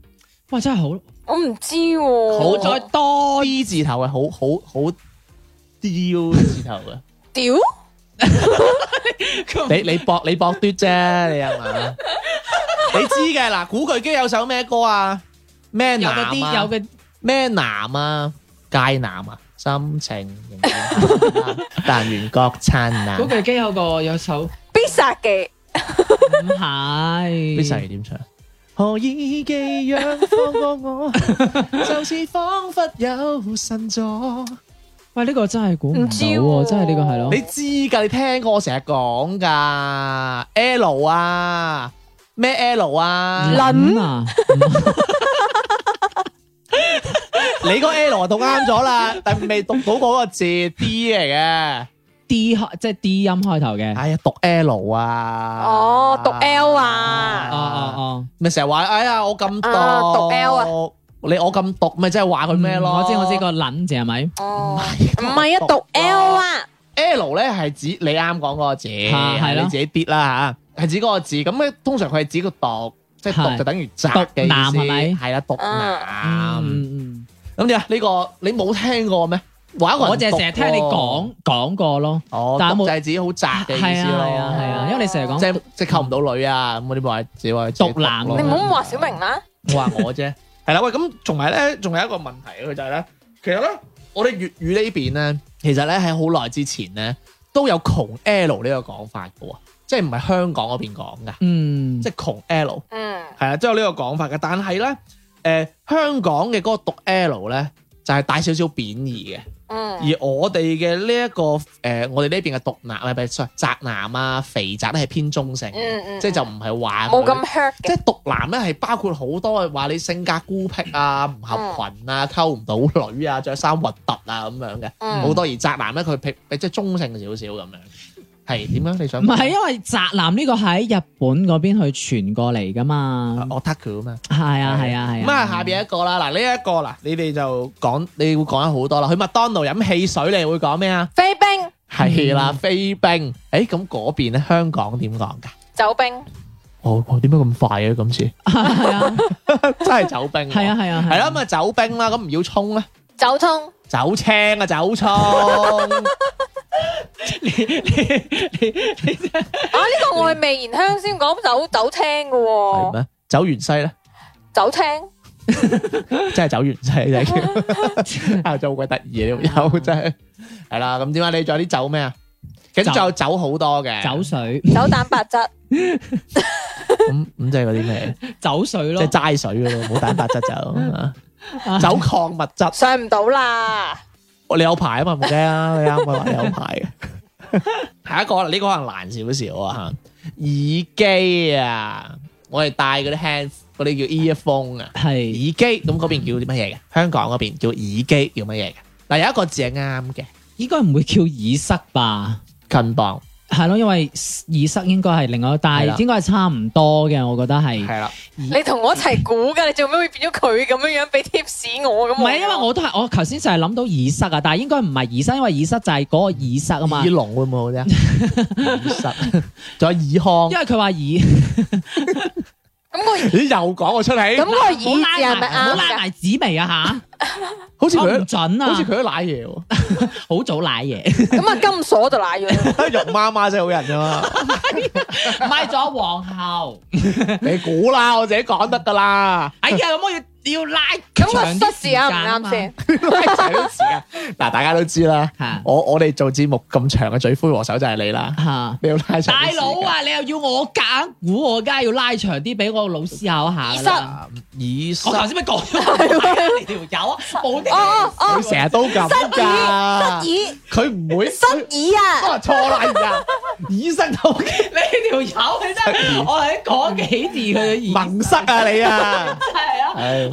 Speaker 1: 哇！真係好
Speaker 2: 我唔知喎。
Speaker 3: 好
Speaker 1: 再多
Speaker 3: D 字頭嘅，好好好 D 字頭嘅。
Speaker 2: 屌，
Speaker 3: 你你搏你搏嘟啫，你係嘛？你知嘅嗱，古巨基有首咩歌啊？咩
Speaker 1: 有
Speaker 3: 男
Speaker 1: 嗰啲
Speaker 3: 啊
Speaker 1: 有？嘅
Speaker 3: 咩男啊？界男啊？心情仍然但願各餐啊
Speaker 1: 古！巨基有個有首唔
Speaker 2: 必殺技，
Speaker 1: 係
Speaker 3: 必殺技點唱？何以寄養放過我？就是彷彿有神助。
Speaker 1: 喂，呢個真係估唔到
Speaker 2: 唔知喎
Speaker 1: 喎，真係呢個係咯。
Speaker 3: 你知噶，你聽過我成日講噶 L 啊，咩 L 啊？
Speaker 1: 撚啊！
Speaker 3: 你個 L 啊讀啱咗啦， 但未讀到嗰個字 D 嚟嘅。
Speaker 1: D 開即係 D 音開頭嘅。
Speaker 3: 哎呀，讀 L 啊！
Speaker 2: 哦讀 L 啊
Speaker 1: 哦哦
Speaker 3: 咪成日話，哎呀，我咁讀
Speaker 2: 啊讀 L 啊！嗯
Speaker 3: 你我咁讀，咪即係話
Speaker 1: 哦，
Speaker 3: 佢咩咯？
Speaker 1: 我知我知個撚字係咪？
Speaker 2: 哦，唔係啊，讀 L 啊，
Speaker 3: L 咧係指你啱講嗰個字，
Speaker 1: 啊係咯
Speaker 3: 你自己啲啦嚇，係指嗰個字。咁咧通常佢係指個讀，即係讀
Speaker 1: 係
Speaker 3: 就等於宅
Speaker 1: 讀
Speaker 3: 嘅意思。
Speaker 1: 男係咪
Speaker 3: 係啦，讀男。
Speaker 1: 嗯嗯，
Speaker 3: 咁點啊？呢個你冇聽過咩？話一個人
Speaker 1: 我就係成日聽你
Speaker 3: 讀喎，
Speaker 1: 講講過咯。
Speaker 3: 哦，
Speaker 1: 但係
Speaker 3: 讀
Speaker 1: 冇
Speaker 3: 就係指好宅嘅意
Speaker 1: 係
Speaker 3: 思
Speaker 1: 啊係啊係
Speaker 3: 咯。
Speaker 1: 啊，因為你成日
Speaker 3: 即
Speaker 1: 講
Speaker 3: 係即係溝唔到女啊！咁嗰啲話自己話自己
Speaker 1: 毒男
Speaker 3: 咯
Speaker 2: 你唔好話小明啦，
Speaker 3: 我話我啫， 係啦，喂，咁仲係咧，仲有一個問題啊佢就係咧，其實咧，我哋粵語呢邊咧，其實咧喺好耐之前咧，都有窮 L 呢個講法嘅喎，即係唔係香港嗰邊講噶，
Speaker 1: 嗯
Speaker 3: 即係窮 L
Speaker 2: 嗯，
Speaker 3: 係啊，都有呢個講法嘅。但係咧，誒香港嘅嗰個讀 L 咧，就係帶少少貶義嘅。
Speaker 2: 嗯，
Speaker 3: 而我哋嘅呢一個誒、呃我哋呢邊嘅毒男，唔係唔係，sorry，宅男啊、肥宅咧係偏中性嘅，
Speaker 2: 嗯嗯
Speaker 3: 即係就唔係話
Speaker 2: 冇
Speaker 3: 佢
Speaker 2: 咁 hurt
Speaker 3: 即
Speaker 2: 嘅，
Speaker 3: 係毒男咧係包括好多話你性格孤僻啊、唔合群啊、溝唔到女啊、着衫核突啊咁樣嘅，
Speaker 2: 嗯
Speaker 3: 好多而宅男咧佢譬即係中性少少咁樣，係點樣？你想
Speaker 1: 唔係因為宅男呢個喺日本嗰邊去傳過嚟噶嘛，
Speaker 3: 我 t a k 啊嘛？
Speaker 1: 係啊係啊係啊。
Speaker 3: 咁啊，下邊一個啦，嗱呢一個啦，你哋就講，你會講得好多啦。去麥當勞飲汽水，你會講咩啊？
Speaker 2: 飛冰、
Speaker 3: 係啦，飛冰。誒，咁嗰邊咧，香港點講㗎？
Speaker 2: 走冰，
Speaker 3: 我我點解咁快嘅今次？
Speaker 1: 係啊
Speaker 3: 真係走冰喎。
Speaker 1: 係啊係啊
Speaker 3: 係啦，咁啊走冰啦，咁唔要衝咧，
Speaker 2: 走通，
Speaker 3: 走青啊，走衝。
Speaker 2: 啊呢個我係未燃香先講走走青嘅
Speaker 3: 係
Speaker 2: 喎，
Speaker 3: 咩？走芫西咧，
Speaker 2: 走青
Speaker 3: 真係走芫西真係叫，啊真係好鬼得意啊！呢條友真係係啦。咁點解你仲有啲走咩啊？其實仲有走好多嘅，
Speaker 1: 走 水
Speaker 2: 走蛋白質，
Speaker 3: 咁咁即係嗰啲咩？
Speaker 1: 走水
Speaker 3: 即係
Speaker 1: 咯，
Speaker 3: 齋水嘅咯，冇蛋白質就走礦物質。
Speaker 2: 上唔到啦，
Speaker 3: 你有牌啊嘛，唔驚啊！你啱咪話你有牌嘅。下一個啦，呢個可能難少少啊嚇，耳機啊，我哋戴嗰啲 hands 嗰啲叫 earphone 啊，耳
Speaker 1: 係
Speaker 3: 機咁嗰邊叫啲乜嘢嘅？香港嗰邊叫耳機叫乜嘢嘅？嗱有一個字係啱嘅，
Speaker 1: 應該唔會叫耳塞吧？
Speaker 3: 近磅
Speaker 1: 係咯，因為耳塞應該係另外一單，
Speaker 3: 係啦
Speaker 1: 但係應該係差唔多嘅，我覺得係。
Speaker 3: 係啦，
Speaker 2: 你同我一齊估㗎，你做咩會變咗佢咁樣樣俾 tips 我咁？
Speaker 1: 唔係，因為我都係我頭先就係諗到耳塞啊，但係應該唔係耳塞，因為耳塞就係嗰個耳塞啊嘛
Speaker 3: 耳。聾會唔會好啲啊？耳塞， 仲有
Speaker 1: 因
Speaker 3: 耳
Speaker 1: 為佢話耳，
Speaker 2: 咁個
Speaker 3: 康，咦又講我出
Speaker 2: 咁
Speaker 3: 嚟，
Speaker 2: 個
Speaker 1: 唔
Speaker 2: 耳
Speaker 1: 好
Speaker 2: 字係
Speaker 1: 拉埋，唔
Speaker 2: 咪
Speaker 1: 好
Speaker 2: 啱
Speaker 1: 拉
Speaker 2: 㗎？
Speaker 1: 埋紫薇啊
Speaker 3: 好似
Speaker 1: 吓，我唔
Speaker 3: 佢，
Speaker 1: 準
Speaker 3: 好似
Speaker 1: 啊，
Speaker 3: 佢都賴嘢喎。
Speaker 1: 好早賴 嘢，
Speaker 2: 咁啊金鎖就賴咗啦，
Speaker 3: 得 肉媽媽真係好人啫嘛，
Speaker 1: 買咗皇后。
Speaker 3: 你估啦，我自己講得噶啦。
Speaker 1: 哎呀，咁我要要拉
Speaker 2: 咁個
Speaker 1: 長啲
Speaker 2: 失字啱唔啱
Speaker 1: 時間啊
Speaker 2: 先
Speaker 1: 嘛？？
Speaker 3: 嗱，大家都知啦
Speaker 1: 嚇，
Speaker 3: 我我哋做節目咁長嘅罪魁禍首就係你啦，
Speaker 1: 嚇。
Speaker 3: 你要拉長啲時間
Speaker 1: 大佬，啊！你又要我揀估，我梗係要拉長啲俾我老師考下
Speaker 2: 耳
Speaker 1: 㗎
Speaker 2: 塞
Speaker 1: 啦。
Speaker 3: 耳
Speaker 1: 我頭
Speaker 3: 塞，
Speaker 1: 先咪講咗，你條友啊冇
Speaker 2: 哦
Speaker 1: 啲
Speaker 2: 哦哦，
Speaker 3: 佢成日都咁噶，
Speaker 2: 耳
Speaker 3: 佢唔會
Speaker 2: 失耳啊！
Speaker 3: 啊錯啦而家，耳塞都
Speaker 1: 你條友，你真係我係講幾次佢嘅耳
Speaker 3: 盲塞啊你啊，
Speaker 1: 係啊。
Speaker 3: 係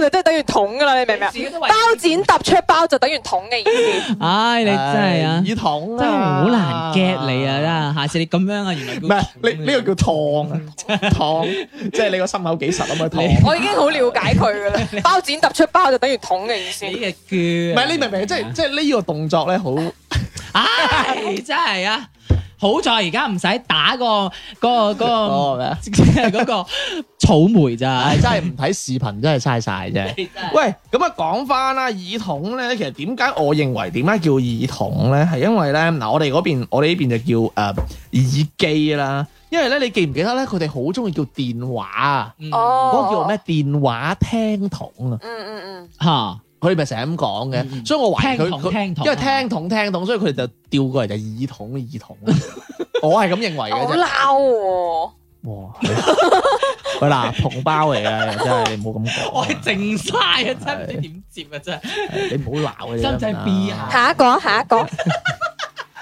Speaker 2: 就即係等於筒噶啦，你明唔明啊
Speaker 1: 自？己都為
Speaker 2: 包剪揼出包就等於筒嘅意思。
Speaker 1: 唉，
Speaker 3: 嗱，
Speaker 1: 你真係啊
Speaker 3: 唉，耳筒啊
Speaker 1: 真係好難 get 你啊！真係，下次你咁樣啊，原來
Speaker 3: 唔
Speaker 1: 唔
Speaker 3: 係你呢個叫燙啊，燙，即係你個心口幾實啊嘛，燙。
Speaker 2: 我已經好了解佢噶啦，包剪揼出包就等於筒嘅意思。
Speaker 1: 你嘅哦句，
Speaker 3: 唔係你明唔明？即係即係呢個動 作咧，好
Speaker 1: 唉，真係啊！好在而家唔使打個嗰個嗰
Speaker 3: 哦咩？
Speaker 1: 個即係 嗰個草莓咋
Speaker 3: 唉，，真係唔睇視頻真係嘥晒 啫。喂，咁啊講翻啦，耳筒咧，其實點解我認為點解叫耳筒咧？係因為咧嗱，我哋嗰邊我哋呢邊就叫誒、呃耳機啦。因為咧，你記唔記得咧？佢哋好中意叫電話啊，
Speaker 1: 嗯
Speaker 2: 哦，
Speaker 3: 嗰個叫咩？電話聽筒啊，
Speaker 2: 嗯嗯嗯，
Speaker 1: 嚇
Speaker 3: 佢哋咪成日咁講
Speaker 1: 嗯嗯
Speaker 3: 嘅。所以我懷疑佢
Speaker 1: 聽筒
Speaker 3: 佢
Speaker 1: 聽筒啊
Speaker 3: 因為聽筒聽筒，所以佢哋就調過嚟就耳筒耳 筒。我係咁認為嘅
Speaker 2: 好
Speaker 3: 啫。
Speaker 2: 撈喎。
Speaker 3: 哇！喂嗱，同胞嚟嘅，真係你唔好咁 講
Speaker 1: 我係
Speaker 3: 啊。
Speaker 1: 靜晒啊！真係唔知點接啊！真係
Speaker 3: 你唔好鬧佢
Speaker 1: 真
Speaker 3: 哋得
Speaker 1: 唔
Speaker 3: 唔
Speaker 1: 真
Speaker 3: 得
Speaker 1: 係 B 下。
Speaker 2: 下一個，下一個，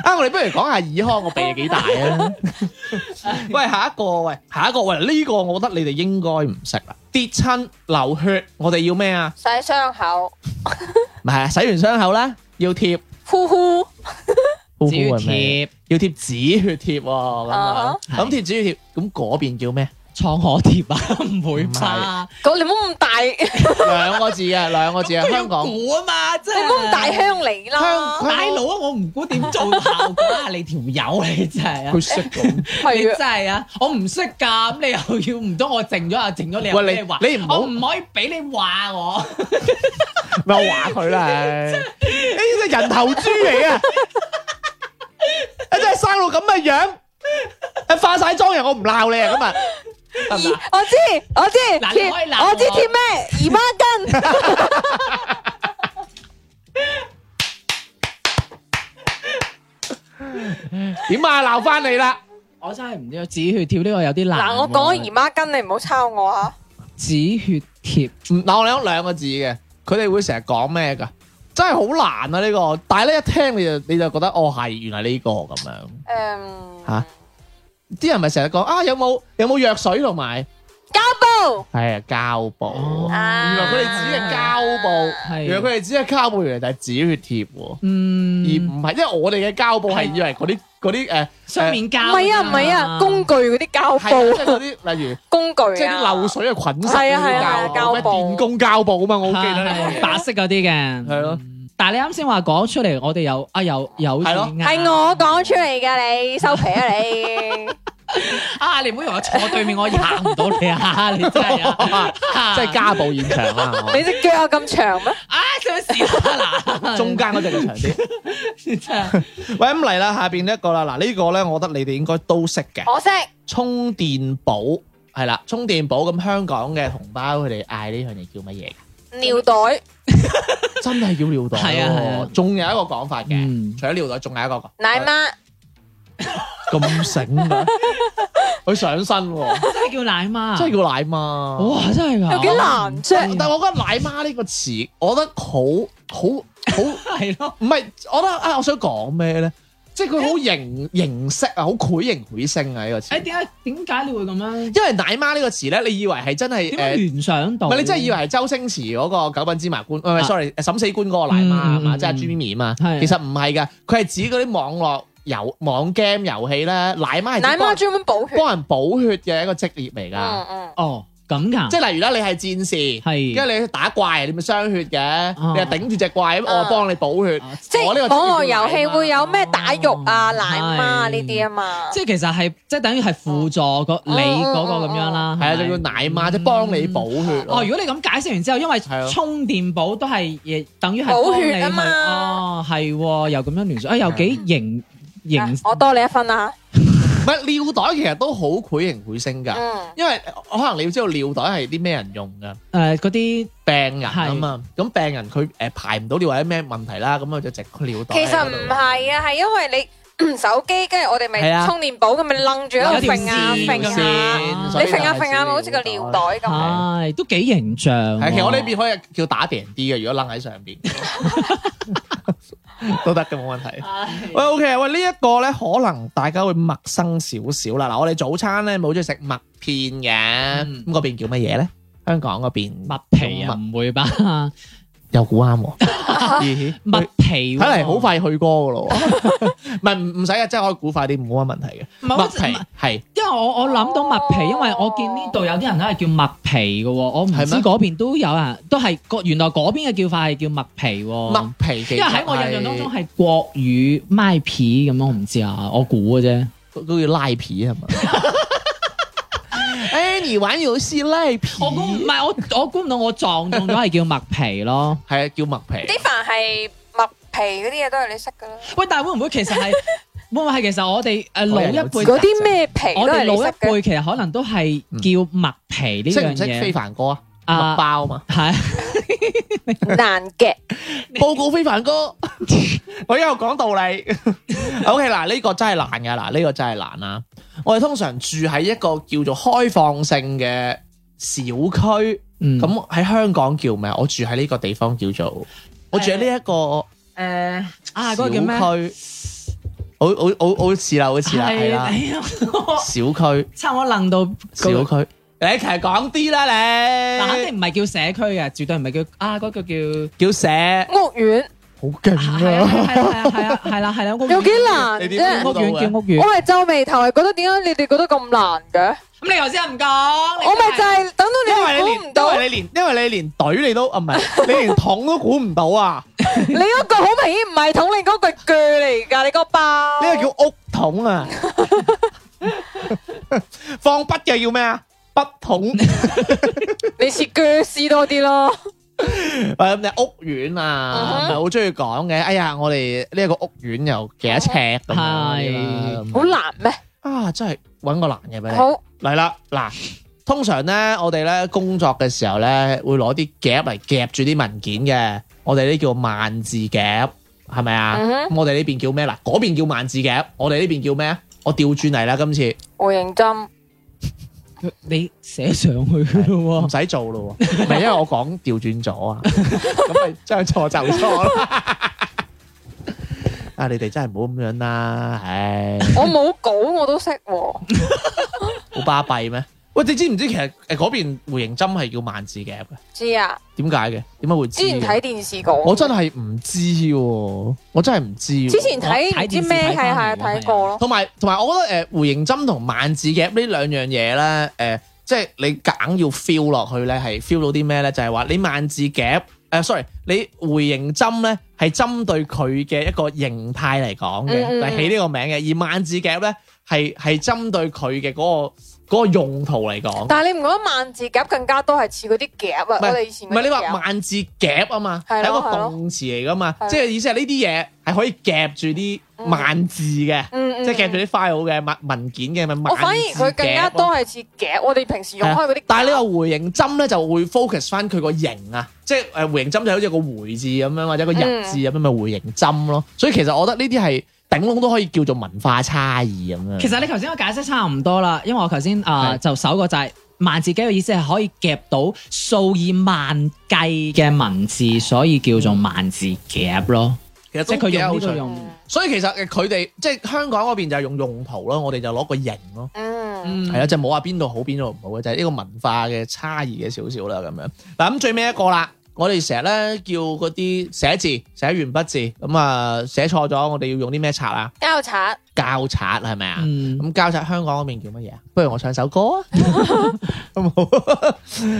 Speaker 3: 啊！我哋不如講下爾康個鼻係幾大啊？ 喂，下一個喂，下一個喂，呢、個我覺得你哋應該唔識啦。跌親流血，我哋要咩啊？
Speaker 2: 洗傷口，
Speaker 3: 唔係啊洗完傷口啦，要貼
Speaker 2: 呼呼，
Speaker 3: 呼
Speaker 1: 只要
Speaker 3: 係咩？
Speaker 1: 貼
Speaker 3: 要貼止血貼喎、咁
Speaker 2: 啊
Speaker 3: 樣咁
Speaker 1: 係
Speaker 3: 貼止血貼，咁嗰邊叫 咩？
Speaker 1: 創可貼啊，唔會吧？
Speaker 2: 咁你唔好咁大，你
Speaker 3: 兩個字嘅，兩個字嘅，
Speaker 1: 佢要
Speaker 3: 香港
Speaker 1: 估啊嘛，真係
Speaker 2: 哦唔好咁大鄉嚟啦。
Speaker 3: 香
Speaker 1: 大佬啊！我唔估點做效果啊！你條友你真係啊！
Speaker 3: 佢識講，
Speaker 1: 你
Speaker 2: 係
Speaker 1: 真
Speaker 2: 啊，
Speaker 1: 係啊！我唔識㗎，咁你又要唔通我靜咗啊？靜咗你又
Speaker 3: 喂
Speaker 1: 俾
Speaker 3: 你
Speaker 1: 話，
Speaker 3: 你唔好
Speaker 1: 我唔可以俾你話我。
Speaker 3: 咪我話 佢啦，唉呢隻人頭豬嚟啊！你真係生到咁嘅樣，你化晒妝人，我唔鬧你啊！咁啊，得唔得啊
Speaker 2: 我知我知
Speaker 1: 嗱，你可以鬧
Speaker 2: 貼我知
Speaker 1: 我
Speaker 2: 貼咩姨媽巾，
Speaker 3: 點啊？鬧翻你啦！
Speaker 1: 我真係唔知，止血貼呢個有啲難喎。
Speaker 2: 嗱我講姨媽巾，你唔好抄我啊！
Speaker 1: 止血貼，
Speaker 3: 唔嗱，我嗯講兩個字嘅，佢哋會成日講咩噶？真係好難啊！呢、個，但係咧一聽你就你就覺得哦係，原來呢、個咁
Speaker 2: 誒，
Speaker 3: 樣。嚇啲人咪成日講啊，有冇有冇藥水同埋
Speaker 2: 膠布
Speaker 3: 係啊膠布。
Speaker 1: 哦
Speaker 2: 啊
Speaker 3: 原來佢哋指嘅膠布，
Speaker 1: 係啊
Speaker 3: 原來佢哋指嘅膠布原來就係止血貼喎，而
Speaker 1: 嗯，
Speaker 3: 唔係因為我哋嘅膠布係以為嗰啲嗰啲誒
Speaker 1: 雙面膠㗎
Speaker 2: 唔
Speaker 1: 嘛。
Speaker 2: 係啊唔係啊，工具嗰啲膠
Speaker 3: 係啊即係
Speaker 2: 布
Speaker 3: 嗰啲例如
Speaker 2: 工具
Speaker 3: 即係啲
Speaker 2: 啊，
Speaker 3: 漏水嘅捆塞
Speaker 2: 係
Speaker 3: 嗰
Speaker 2: 啊係啊
Speaker 3: 啲
Speaker 2: 係啊
Speaker 3: 膠布，咩
Speaker 2: 膠布
Speaker 3: 電工膠布啊嘛，我好記得呢
Speaker 1: 係
Speaker 3: 個嘢。
Speaker 1: 白色嗰啲嘅，
Speaker 3: 係咯
Speaker 1: 嗯。但係你啱先話講出嚟，我哋又啊又又
Speaker 3: 係咯
Speaker 2: 係我講出嚟㗎，你收皮啊你！
Speaker 1: 啊！你唔好以為我坐對面，我嚇唔到你啊！你真係 啊，
Speaker 3: 即係家暴現場啊！我
Speaker 2: 你只腳有咁長咩？
Speaker 1: 啊！想試下嗱，
Speaker 3: 中間嗰只就長
Speaker 1: 真
Speaker 3: 啲。
Speaker 1: 係
Speaker 3: 喂，咁嚟啦，下邊一個啦，嗱、呢個咧，我覺得你哋應該都識嘅，
Speaker 2: 我識，
Speaker 3: 充電寶係啦，充電寶咁香港嘅同胞佢哋嗌呢樣嘢叫乜嘢㗎？
Speaker 2: 尿袋、
Speaker 3: 真係叫尿袋
Speaker 1: 係啊係啊
Speaker 3: 喎，仲有一個講法嘅，
Speaker 1: 嗯
Speaker 3: 除咗尿袋，仲有一個講
Speaker 2: 奶媽、
Speaker 3: 咁醒嘅，佢上身 喎，
Speaker 1: 真係叫奶媽，
Speaker 3: 真係叫奶哦媽。
Speaker 1: 啊哇！真係㗎，
Speaker 2: 有幾難啫？
Speaker 3: 但係我覺得奶媽呢個詞，我覺得好好好。
Speaker 1: 係咯，
Speaker 3: 唔係，我覺得啊，我想講咩咧？即係佢好形形式啊，好繪形繪聲啊呢個
Speaker 1: 誒
Speaker 3: 詞。
Speaker 1: 點解點解你會咁樣？
Speaker 3: 因為奶媽呢個詞咧，你以為係真係
Speaker 1: 點解
Speaker 3: 誒？
Speaker 1: 聯想到？
Speaker 3: 唔係你真係以為係周星馳嗰個九品芝麻官，唔係
Speaker 1: 啊
Speaker 3: sorry 審死官嗰個奶媽啊嘛，
Speaker 1: 嗯
Speaker 3: 即係朱咪咪啊嘛。
Speaker 1: 係
Speaker 3: 其實唔係㗎，佢係指嗰啲網絡遊網 game 遊戲咧，奶媽係
Speaker 2: 奶
Speaker 3: 指幫
Speaker 2: 媽專門補血。
Speaker 3: 幫人補血嘅一個職業嚟㗎
Speaker 2: 嗯。嗯，
Speaker 1: 哦咁㗎，
Speaker 3: 即係例如啦，你係戰士。
Speaker 1: 係
Speaker 3: 跟住你打怪，你咪傷血嘅，你係頂住只怪，咁我幫你補
Speaker 1: 啊
Speaker 3: 血。
Speaker 2: 即
Speaker 3: 我呢
Speaker 2: 係
Speaker 3: 個職業
Speaker 2: 網絡
Speaker 3: 叫
Speaker 2: 遊戲
Speaker 3: 奶媽
Speaker 2: 會有咩打肉啊、
Speaker 1: 哦
Speaker 2: 奶媽啊呢啲啊嘛。
Speaker 1: 即係其實係即係等於係輔
Speaker 3: 哦
Speaker 1: 助個你嗰個咁樣啦，
Speaker 3: 係啊，
Speaker 1: 係咪
Speaker 3: 就叫奶媽，即係幫你補血咯。
Speaker 1: 哦，如果你咁解釋完之後，因為
Speaker 3: 係啊
Speaker 1: 充電寶都係亦等於係
Speaker 2: 補
Speaker 1: 幫你
Speaker 2: 血啊
Speaker 1: 去
Speaker 2: 嘛
Speaker 1: 哦，係喎，又咁樣聯想，啊，又幾型
Speaker 2: 啊
Speaker 1: 型，
Speaker 2: 我多你一分啊！
Speaker 3: 唔係尿袋其實都好繪形繪聲㗎，
Speaker 2: 嗯，
Speaker 3: 因為呃可能你要知道尿袋係啲咩人用㗎，
Speaker 1: 誒嗰啲
Speaker 3: 病人啊嘛，咁病人佢誒排唔到尿或者咩問題啦，咁佢就直個尿袋
Speaker 2: 其
Speaker 3: 喺
Speaker 2: 實
Speaker 3: 嗰度。
Speaker 2: 唔係啊，係因為你 手機，跟住我哋
Speaker 3: 係啊
Speaker 2: 咪充電寶咁咪掕住喺
Speaker 1: 有
Speaker 2: 度
Speaker 1: 條
Speaker 2: 揈啊
Speaker 1: 線
Speaker 2: 揈啊，
Speaker 3: 線
Speaker 2: 你
Speaker 3: 所以就
Speaker 2: 揈
Speaker 3: 係
Speaker 2: 下揈下咪好似個尿袋咁。
Speaker 1: 係都幾形象喎。
Speaker 3: 係，其哦實我呢邊可以叫打平啲嘅，如果掕喺上邊 都得嘅，冇問題。喂，OK，喂，呢一個咧可能大家會陌生少少啦。嗱，我哋早餐咧冇中意食麥片嘅，
Speaker 1: 嗯
Speaker 3: 咁嗰邊叫乜嘢咧？香港嗰邊
Speaker 1: 麥皮啊，唔會吧？
Speaker 3: 又估啱 喎。咦
Speaker 1: 麥皮喎
Speaker 3: 睇嚟好，快去歌噶 咯喎，唔係唔唔使啊，真係可以估快啲，冇乜問題嘅。
Speaker 1: 唔係
Speaker 3: 麥
Speaker 1: 我
Speaker 3: 皮係
Speaker 1: 因為我我諗到麥皮，因為我見呢度有啲人都係叫麥皮嘅喎，我唔知
Speaker 3: 係咩
Speaker 1: 嗰邊都有人都係個原來嗰邊嘅叫法係叫麥皮喎。
Speaker 3: 麥皮，
Speaker 1: 因為喺我印象當中係國語麥皮咁樣，我唔知啊，我估嘅啫。
Speaker 3: 係都叫拉皮係嘛？ 誒，你玩遊戲拉皮，
Speaker 1: 我估唔係我我估唔到我撞中咗係叫麥皮咯。
Speaker 3: 係啊，叫麥皮
Speaker 2: 啲。凡係麥皮嗰啲嘢都係你識噶啦。
Speaker 1: 喂，但係會唔會其實係 會唔會係其實我哋誒老一輩
Speaker 2: 嗰啲咩皮
Speaker 1: 我
Speaker 2: 都係
Speaker 1: 哋
Speaker 2: 你
Speaker 1: 老
Speaker 2: 識
Speaker 1: 一
Speaker 2: 嘅。
Speaker 1: 輩其實可能都係叫麥皮呢
Speaker 3: 識唔
Speaker 1: 樣
Speaker 3: 識非
Speaker 1: 嘢。
Speaker 3: 凡哥啊？麥
Speaker 1: 啊
Speaker 3: 包嘛，
Speaker 1: 係
Speaker 2: 難嘅，
Speaker 3: 報告非凡 哥，我又講道理。OK，嗱呢個真係難㗎，嗱呢個真係難啦。我哋通常住喺一個叫做開放性嘅小區。
Speaker 1: 嗯
Speaker 3: 咁喺香港叫咩？我住喺呢個地方叫做，我住喺呢一個
Speaker 1: 誒啊嗰
Speaker 3: 小
Speaker 1: 個叫咩？
Speaker 3: 區，好好好好似啦，好似啦，係啦，
Speaker 1: 係 啊
Speaker 3: 小區
Speaker 1: 差唔多楞到
Speaker 3: 小
Speaker 1: 嗰個
Speaker 3: 區，你其實講啲啦，
Speaker 1: 嗱肯
Speaker 3: 你
Speaker 1: 定唔係叫社區嘅，絕對唔係叫啊嗰個叫
Speaker 3: 叫社
Speaker 2: 屋苑
Speaker 3: 好勁
Speaker 1: 係啊係啊
Speaker 3: 啊！
Speaker 1: 係啊係啊係啦，屋苑
Speaker 2: 有幾難
Speaker 3: 你點啊
Speaker 2: 啫？
Speaker 1: 屋苑叫屋苑
Speaker 2: 我。係皺眉頭，係覺得點解你哋覺得咁難嘅？
Speaker 1: 咁你頭先唔講，你
Speaker 2: 我咪就係等到你
Speaker 3: 因為你
Speaker 2: 哋
Speaker 3: 連
Speaker 2: 估唔
Speaker 3: 因
Speaker 2: 到，
Speaker 3: 為你連因為你連隊你都啊唔 係，你連桶都估唔到啊！
Speaker 2: 你嗰句好明顯唔係統領嗰句句嚟㗎，你個包。
Speaker 3: 呢個叫屋桶啊！ 放筆嘅叫咩啊？筆筒
Speaker 2: 你似鋸絲多啲咯，
Speaker 3: 誒，你屋苑啊，
Speaker 2: 嗯哼
Speaker 3: 咪好中意講嘅。哎呀，我哋呢一個屋苑又幾多尺咁樣嗰啲啦
Speaker 1: 係
Speaker 3: 咁
Speaker 2: 好難咩？
Speaker 3: 啊，真係揾個難嘅俾你。
Speaker 2: 好，
Speaker 3: 嚟啦，嗱，通常咧，我哋咧工作嘅時候咧，會攞啲夾嚟夾住啲文件嘅，我哋呢叫萬字夾，係咪啊？
Speaker 2: 嗯哼
Speaker 3: 咁我哋呢邊叫咩嗱？嗰邊叫萬字夾，我哋呢邊叫咩啊？我調轉
Speaker 2: 嗯
Speaker 3: 嚟啦，今次
Speaker 2: 胡認真。
Speaker 1: 你寫上去嘅
Speaker 3: 唔
Speaker 1: 咯
Speaker 3: 使做咯喎，唔係因為我講調轉咗 啊，咁咪將錯就錯啦。啊！你哋真係唔好咁樣啦，唉，
Speaker 2: 我冇稿我都識喎，
Speaker 3: 好巴閉咩？喂，你知唔知其實誒嗰邊回形針係叫萬字夾嘅？
Speaker 2: 知啊，
Speaker 3: 點解嘅？點解會知
Speaker 2: 之
Speaker 3: 嘅？
Speaker 2: 前睇電視講，
Speaker 3: 我真係唔知喎，我真係唔知喎。
Speaker 2: 之前睇
Speaker 1: 睇
Speaker 2: 唔知
Speaker 1: 電視
Speaker 2: 咩
Speaker 1: 睇
Speaker 2: 係
Speaker 1: 返
Speaker 2: 係
Speaker 1: 嚟
Speaker 2: 睇過咯，
Speaker 3: 同埋同埋，我覺得誒弧形針同萬字夾呢兩樣嘢咧，誒、即係你硬要 feel 落去咧，係 feel 到啲咩咧？就係、話你萬字夾誒、s o r r y 你弧形針咧係針對佢嘅一個形態嚟講嘅，
Speaker 2: 嗯嗯嗯
Speaker 3: 係起呢個名嘅。而萬字夾咧係係針對佢嘅嗰個嗰個用途嚟講。
Speaker 2: 但係你唔覺得萬字夾更加多係似嗰啲夾啊？我哋以前
Speaker 3: 唔係你話
Speaker 2: 話
Speaker 3: 萬字夾啊嘛，
Speaker 2: 係
Speaker 3: 係一個
Speaker 2: 咯係咯
Speaker 3: 動詞嚟噶嘛
Speaker 2: 係，咯
Speaker 3: 即係意思係呢啲嘢係可以夾住啲
Speaker 2: 嗯
Speaker 3: 萬字嘅，
Speaker 2: 嗯嗯，
Speaker 3: 即係夾住啲 file 嘅文文件嘅咪
Speaker 2: 我
Speaker 3: 萬字
Speaker 2: 反而佢更加
Speaker 3: 夾咯啊
Speaker 2: 多係似夾，我哋平時用
Speaker 3: 係啊
Speaker 2: 開嗰啲夾。
Speaker 3: 但係你話回形針咧就會 focus 翻佢個形啊，即係誒回形針就好似個回字咁樣，或者個日
Speaker 2: 嗯
Speaker 3: 字咁樣，咪回形針咯。所以其實我覺得呢啲係頂籠都可以叫做文化差異咁樣。
Speaker 1: 其實你頭先我解釋差唔多啦，因為我頭先啊
Speaker 3: 係
Speaker 1: 就搜過就係萬字計嘅意思係可以夾到數以萬計嘅文字，所以叫做萬字夾咯。
Speaker 3: 其實
Speaker 1: 即係佢用呢個
Speaker 3: 用，
Speaker 1: 用，
Speaker 3: 所以其實佢哋即係香港嗰邊就係用用途咯，我哋就攞個形咯。
Speaker 2: 嗯，
Speaker 1: 嗯
Speaker 3: 係啊，就冇話邊度好邊度唔好嘅，就係、呢個文化嘅差異嘅少少啦咁樣。嗱咁最尾一個啦，我哋成日咧叫嗰啲寫字寫完筆字咁啊寫錯咗，我哋要用啲咩刷啊？
Speaker 2: 膠擦
Speaker 3: 膠刷係咪啊？
Speaker 1: 嗯
Speaker 3: 咁膠刷香港嗰邊叫乜嘢啊？不如我唱首歌啊，好唔好？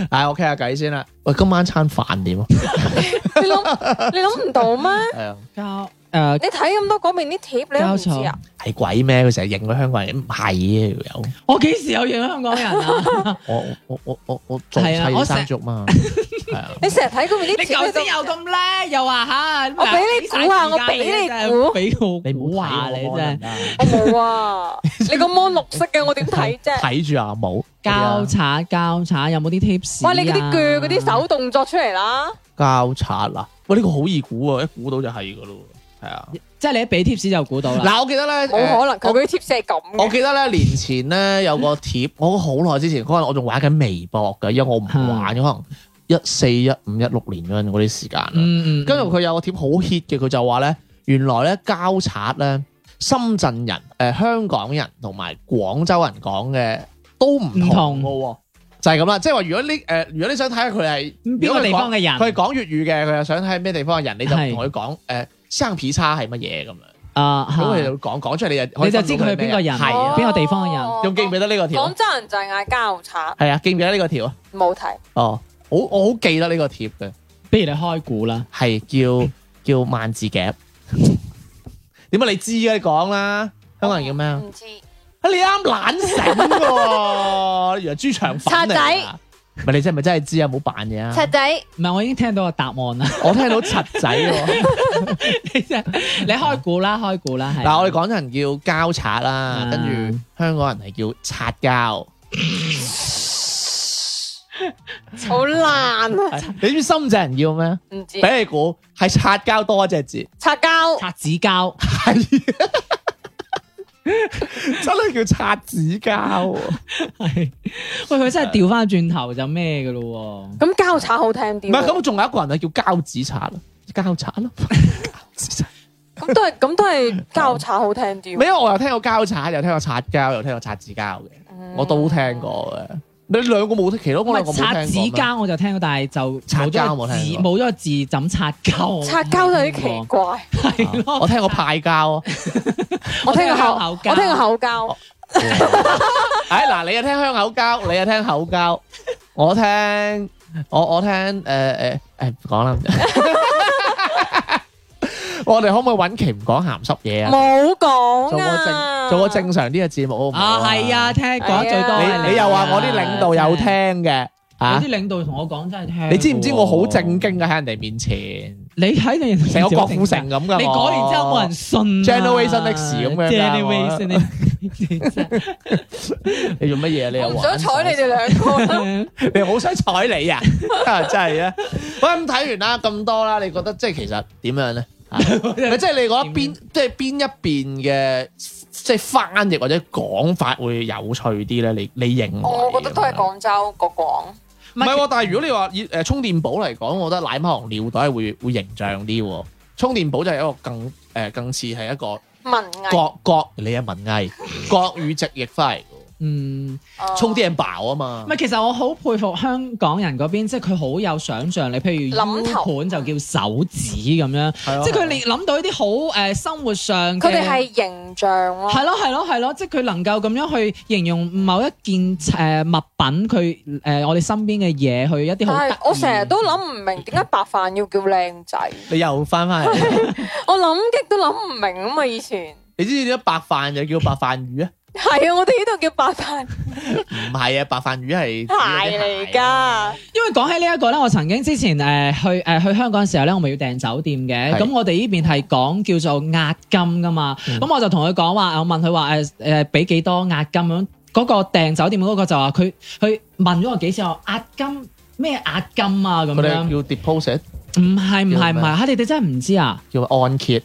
Speaker 3: 唉，我傾下偈先啦。喂，今晚餐飯點啊？
Speaker 2: 你 諗你諗唔到咩？
Speaker 3: 係啊，
Speaker 1: 交呃誒
Speaker 2: 你睇咁多嗰邊啲貼，你都唔知
Speaker 1: 膠
Speaker 2: 啊
Speaker 1: 擦？
Speaker 3: 係鬼咩？佢成日認佢香港人，唔係嘅條友。
Speaker 1: 我幾時有影香港人啊？
Speaker 3: 我我我我我做
Speaker 1: 係啊我成
Speaker 3: 砌山竹 嘛，係啊。
Speaker 2: 你成日睇嗰邊啲貼，
Speaker 1: 你頭先
Speaker 2: 都
Speaker 1: 又咁叻，又話吓，
Speaker 2: 我俾你估啊
Speaker 1: 嗱
Speaker 2: 我俾你
Speaker 1: 嘥
Speaker 2: 估
Speaker 1: 時間真係俾我
Speaker 3: 你唔
Speaker 1: 估
Speaker 3: 好
Speaker 1: 啊！
Speaker 3: 睇
Speaker 1: 你
Speaker 3: 我
Speaker 1: 真係
Speaker 3: 啊
Speaker 2: 我冇啊！你個 mon 綠色嘅，我點睇啫？
Speaker 3: 睇啊住阿母啊
Speaker 1: 交叉交叉，有冇啲 tips？啊
Speaker 2: 哇！你嗰啲鋸嗰啲手動作出嚟啦，
Speaker 3: 交叉啦，喂呢個好易估啊，一估到就係噶咯，係啊。
Speaker 1: 即係你一俾 tips 就估到啦。
Speaker 3: 嗱，我記得咧，
Speaker 2: 冇可能佢
Speaker 3: 呃
Speaker 2: 嗰啲貼係咁
Speaker 3: 我我
Speaker 2: 嘅。
Speaker 3: 記得咧年前咧有個貼，我好耐之前嗰陣我仲玩緊微博嘅，因為我唔玩，可能一四一五一六年嗰陣嗰啲時間啦。啊
Speaker 1: 嗯嗯，
Speaker 3: 跟住佢有個貼好 hit 嘅，佢就話咧，原來咧交叉咧，深圳人、誒、香港人同埋廣州人講嘅都唔
Speaker 1: 唔同
Speaker 3: 同嘅喎，就係咁啦。即係話如果呢誒、如果你想睇下佢係
Speaker 1: 邊個地方嘅人
Speaker 3: 佢係講粵語嘅，佢又想睇咩地方嘅人，你就
Speaker 1: 嗯係
Speaker 3: 同佢講誒生皮叉係乜嘢咁樣，
Speaker 1: 啊，
Speaker 3: 咁佢
Speaker 1: 嚇
Speaker 3: 就會講講出嚟，你就可以
Speaker 1: 你就
Speaker 3: 分
Speaker 1: 知
Speaker 3: 到
Speaker 1: 佢係
Speaker 3: 咩
Speaker 1: 邊個人，
Speaker 3: 係啊
Speaker 1: 邊個地方嘅人。
Speaker 2: 哦
Speaker 3: 仲記唔記得呢個條
Speaker 2: 廣
Speaker 3: 啊？
Speaker 2: 州人就係嗌交叉，
Speaker 3: 係啊，記唔記得呢個條啊？
Speaker 2: 冇睇。
Speaker 3: 哦，好我好記得呢個貼嘅。
Speaker 1: 不如你開估啦。嗯
Speaker 3: 係叫叫萬字夾。 點解你知嘅？你講啦，香港人叫咩啊？
Speaker 2: 唔知
Speaker 3: 啊你啱懶醒嘅喎，原來豬腸粉嚟
Speaker 2: 賊仔
Speaker 3: 㗎。唔係你真係咪真係知啊？冇扮嘢啊！
Speaker 2: 赤仔
Speaker 1: 唔係，我已經聽到個答案啦。
Speaker 3: 我聽到柒仔喎。
Speaker 1: 你真係你開估啦，開估啦。係
Speaker 3: 嗱，我哋廣州人叫交擦啦，
Speaker 1: 嗯
Speaker 3: 跟住香港人係叫擦膠。
Speaker 2: 好爛啊！
Speaker 3: 係 你知唔知深圳人叫咩？
Speaker 2: 唔知
Speaker 3: 俾你估係擦膠多一隻字，
Speaker 2: 擦膠
Speaker 1: 擦紙膠，
Speaker 3: 係真係叫擦紙膠喎。
Speaker 1: 係喂佢真係調翻轉頭就咩嘅咯
Speaker 2: 咁交叉好聽啲
Speaker 3: 唔
Speaker 2: 喎。
Speaker 3: 係咁，仲有一個人係叫膠紙擦啦，膠擦 啦。
Speaker 2: 咁都係咁都係交叉好聽啲喎。
Speaker 3: 唔係，嗯因為我又聽過膠擦，又聽過擦膠，又聽過擦紙膠嘅，我都聽過嘅。你兩個冇剔奇咯，我兩
Speaker 1: 唔
Speaker 3: 個
Speaker 1: 係
Speaker 3: 冇聽
Speaker 1: 擦
Speaker 3: 過
Speaker 1: 紙
Speaker 3: 咩
Speaker 1: 膠我就聽過，但係就
Speaker 3: 擦
Speaker 1: 冇
Speaker 3: 膠
Speaker 1: 咗
Speaker 3: 我
Speaker 1: 個
Speaker 3: 聽
Speaker 1: 字，
Speaker 3: 過
Speaker 1: 冇咗個字怎擦膠？
Speaker 2: 擦膠就有啲奇怪。
Speaker 1: 係咯，
Speaker 3: 我聽過派膠。啊
Speaker 2: 我聽過
Speaker 1: 我聽過
Speaker 2: 口
Speaker 1: 口，膠
Speaker 2: 我聽過口膠。
Speaker 3: 哎嗱，你又聽香口膠，你又聽口膠，我聽我我聽誒誒誒唔講啦。 我哋可唔可以揾期唔講鹹濕嘢啊？
Speaker 2: 冇講
Speaker 3: 做個
Speaker 2: 啊！
Speaker 3: 正做個正常啲嘅節目好唔好
Speaker 1: 啊，係啊，聽講得最多啊係
Speaker 3: 你你又話我啲領導有聽，嘅啊
Speaker 1: 有？啲領導同我講真係聽。
Speaker 3: 你知唔知我好正？經嘅喺人哋面前，
Speaker 1: 你喺你
Speaker 3: 成個郭富城咁噶？
Speaker 1: 你講完之後冇人信啊
Speaker 3: Generation X 咁樣㗎
Speaker 1: Generation X
Speaker 3: 人，你做乜嘢？你
Speaker 2: 我
Speaker 3: 又
Speaker 2: 唔
Speaker 3: 玩
Speaker 2: 想睬你哋 兩個啦。
Speaker 3: 你好想睬你啊！ 啊真係啊！喂，咁睇完啦，咁多啦，你覺得即係其實點樣咧？ 啊咪即係你覺得邊即係邊一邊嘅即係翻譯或者講法會有趣啲咧？你你認為？
Speaker 2: 我覺得都係
Speaker 3: 咁樣。
Speaker 2: 廣州個廣。
Speaker 3: 唔係喎，但係如果你話以誒呃充電寶嚟講，我覺得奶媽行尿袋係會會形象啲喎。充電寶就係一個更誒、呃更似係一個
Speaker 2: 文藝
Speaker 3: 國國你嘅文藝 國語直譯翻嚟嘅
Speaker 1: 嗯，
Speaker 3: 喎，
Speaker 2: 啊
Speaker 3: 充啲人飽啊嘛
Speaker 1: 唔。係，其實我好佩服香港人嗰邊，即係佢好有想像力。譬如 U
Speaker 2: 諗頭
Speaker 1: 盤就叫手指咁樣，
Speaker 3: 係咯啊
Speaker 1: 即係佢哋諗到一啲好誒生活上嘅
Speaker 2: 佢哋係形象咯，
Speaker 1: 係咯係咯係咯，即係佢能夠咁樣去形容某一件誒、呃物品，佢誒、呃我哋身邊嘅嘢，去一啲好
Speaker 2: 但
Speaker 1: 得
Speaker 2: 係我
Speaker 1: 意
Speaker 2: 成日都諗唔明點解白飯要叫靚仔，
Speaker 3: 你又翻翻嚟，
Speaker 2: 我諗極都諗唔明啊嘛！以前
Speaker 3: 你知唔知點解白飯就叫白飯魚啊？
Speaker 2: 係啊，我哋呢度叫白飯
Speaker 3: 唔係啊，白飯魚係
Speaker 2: 鞋嚟。㗎，
Speaker 1: 因為講起呢一個咧，我曾經之前誒、呃去誒、呃去香港嘅時候咧，我咪要訂酒店嘅。
Speaker 3: 係
Speaker 1: 咁我哋呢邊係講叫做押金噶嘛。
Speaker 3: 嗯
Speaker 1: 咁、我就同佢講話，我問佢話誒誒俾幾多押金咁。嗰、個訂酒店嗰個就話佢佢問咗我幾次，我話押金咩押金啊咁
Speaker 3: 佢
Speaker 1: 樣
Speaker 3: 哋。叫 deposit，
Speaker 1: 唔係唔係唔
Speaker 3: 叫
Speaker 1: 係，
Speaker 3: 咩
Speaker 1: 嚇你哋真係唔知啊！
Speaker 3: 叫按揭。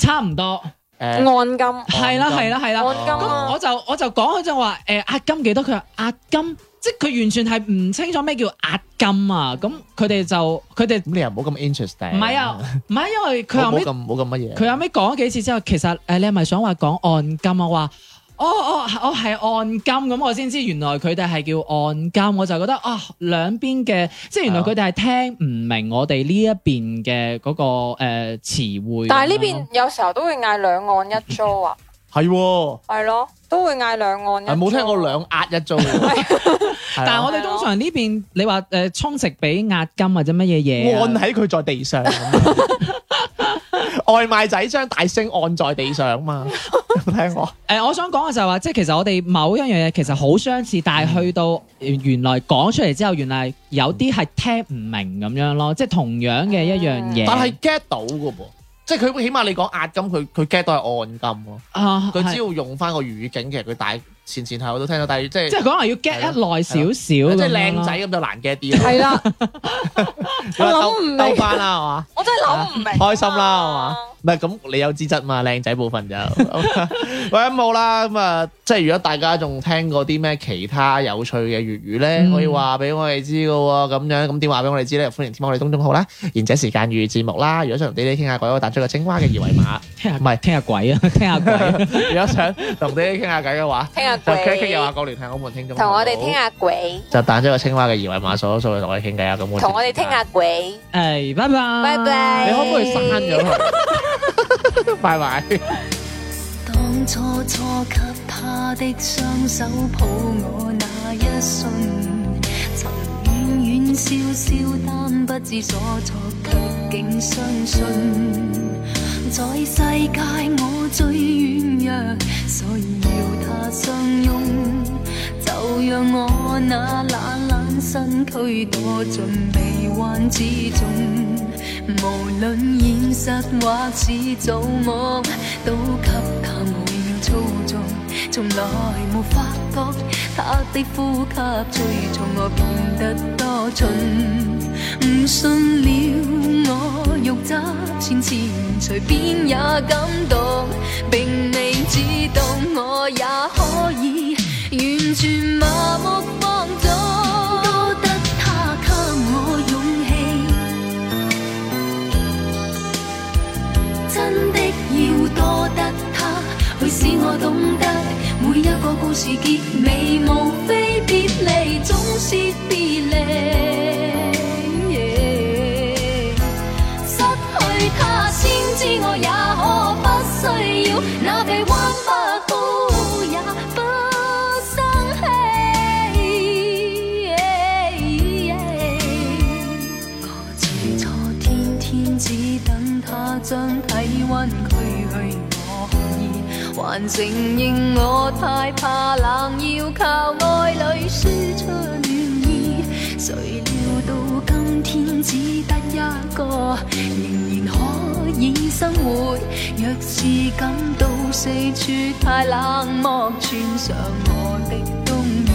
Speaker 1: 差唔多，嗯
Speaker 3: 誒，
Speaker 2: 按金
Speaker 1: 係啦
Speaker 3: 按金
Speaker 1: 係啦係啦。
Speaker 2: 按金
Speaker 1: 咁
Speaker 2: 啊，
Speaker 1: 我就我就講佢就話誒押金幾多？佢話押金，即係佢完全係唔清楚咩叫押金啊！咁佢哋就佢哋
Speaker 3: 咁你又唔好咁 interesting。
Speaker 1: 唔係啊，唔係因為佢
Speaker 3: 佢
Speaker 1: 後
Speaker 3: 後
Speaker 1: 尾
Speaker 3: 咁唔好咁乜嘢。
Speaker 1: 佢後尾講咗幾次之後，其實誒、呃你係咪想話講按金啊？我話哦哦哦係按金咁，我先知原來佢哋係叫按金，我就覺得啊兩邊嘅即係原來佢哋係聽唔明我哋呢一邊嘅嗰個誒詞彙。
Speaker 2: 但係呢邊有時候都會嗌兩岸一租啊，
Speaker 3: 係喎，
Speaker 2: 係咯，都會嗌兩岸一啊租
Speaker 3: 係啊冇聽過兩押一租喎。係啊
Speaker 1: 但係我哋通常呢邊你話誒充值俾押金或者乜嘢嘢
Speaker 3: 按
Speaker 1: 啊。
Speaker 3: 喺佢在地上 咁樣。外賣仔將大聲按在地上嘛，有冇聽過？
Speaker 1: 誒、我想講嘅就係話，即係其實我哋某一樣嘢其實好相似，但係去到原來講出嚟之後，原來有啲係聽唔明咁樣咯，即係同樣嘅一樣嘢。
Speaker 3: 但係 get 到嘅噃，即係佢起碼你講押金，佢佢 get 到係按金咯。
Speaker 1: 啊，
Speaker 3: 佢
Speaker 1: 係
Speaker 3: 只要用翻個語境，其實佢大前前後後都聽到，但係即係
Speaker 1: 即係可能要 get
Speaker 3: 係
Speaker 1: 一耐少少，即
Speaker 3: 即係靚仔，咁就難 get 啲啦。
Speaker 2: 係啦，
Speaker 3: 你話
Speaker 2: 我諗唔
Speaker 3: 兜
Speaker 2: 明
Speaker 3: 兜翻啦，係 嘛？
Speaker 2: 我真係諗唔明，啊
Speaker 3: 啊開心啦，係嘛？？唔係咁，你有資質嘛？靚仔部分就喂咁好啦。咁啊，即係如果大家仲聽過啲咩其他有趣嘅粵語咧，
Speaker 1: 嗯
Speaker 3: 可以話俾我哋知嘅喎。咁樣咁點話俾我哋知咧？歡迎添加我哋公眾號啦，賢者時間粵語節目啦。如果想同爹哋傾下偈，可以彈出個青蛙嘅二維碼。
Speaker 1: 聽下
Speaker 3: 唔係
Speaker 1: 聽下鬼啊，聽下鬼。
Speaker 3: 如果想同爹哋傾下偈嘅話，
Speaker 2: 聽下
Speaker 3: 就 click click
Speaker 2: 鬼
Speaker 3: 右，下角聯繫我們聽眾。
Speaker 2: 同我哋聽。下鬼，
Speaker 3: 就彈出個青蛙嘅二維碼，掃一掃去同我哋傾偈啊！咁我
Speaker 2: 同我哋聽下鬼。
Speaker 1: 誒，拜拜，
Speaker 2: 拜拜
Speaker 3: 你可唔可以刪
Speaker 1: 啊
Speaker 3: 咗佢？拜拜。
Speaker 5: 當初初給他的雙手抱我那一瞬，曾遠遠笑笑，但不知所措，卻竟相信，在世界我最軟弱，所以要他相擁，就讓我那懶懶身軀躲進臂彎之中。無論現實或是做夢，都給他每秒操縱。從來無發覺他的呼吸催促我變得多蠢。唔信了我肉汁淺淺，隨便也感動。並未知道我也可以完全麻木放縱。多得他給我勇氣。真的要多得他，去使我懂得每一個故事結尾，無非別離，總是別離。失去他先知我也可不需要，那臂彎不好也不生氣。我最初天天只等他將體温驅去，我可以還承認我太怕冷，要靠愛裏輸出暖意。誰料到今天只得一個，仍然可以生活。若是感到四處太冷漠，穿上我的冬衣。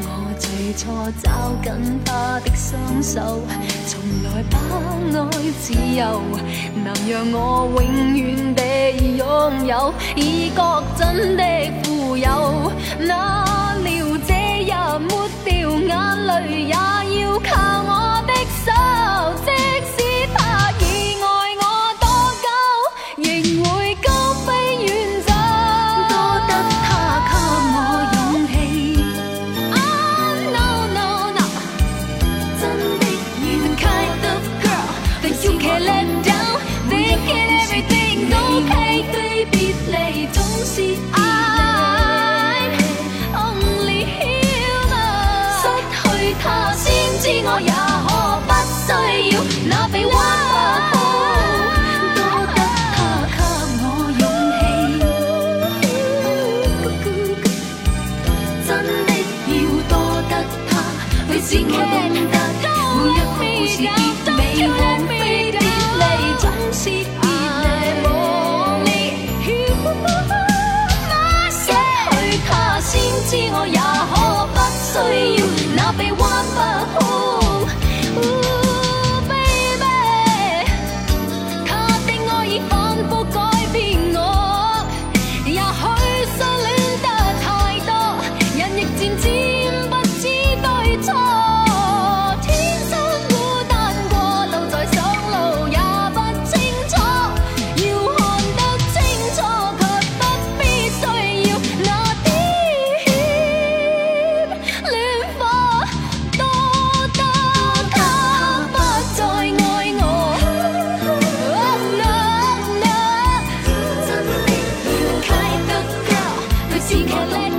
Speaker 5: 我最初找緊他的雙手，從來把愛自由，能讓我永遠地擁有，已覺真的富有。哪料這日抹掉眼淚，也要靠我的手，即使他已愛我多久，仍會高飛遠走。多得他給我勇氣。啊 no no no，真的 you kind of girl，but you can let down，making everything okay。對別離總是別離，only human。失去他先知我也可不需要那臂彎不好，多得他給我勇氣。真的要多得他，去使我懂得每一個故事結尾看非別離，總是別離。失去他先知我也可不需要那臂彎不好。Baby，他的愛已反覆改變我，也許相戀得太多，人亦漸漸不知對錯。天生孤單過路，在上路也不清楚，要看得清楚，卻不必需要那啲戀火，多得他不再愛我。真的要 kind of girl，對自我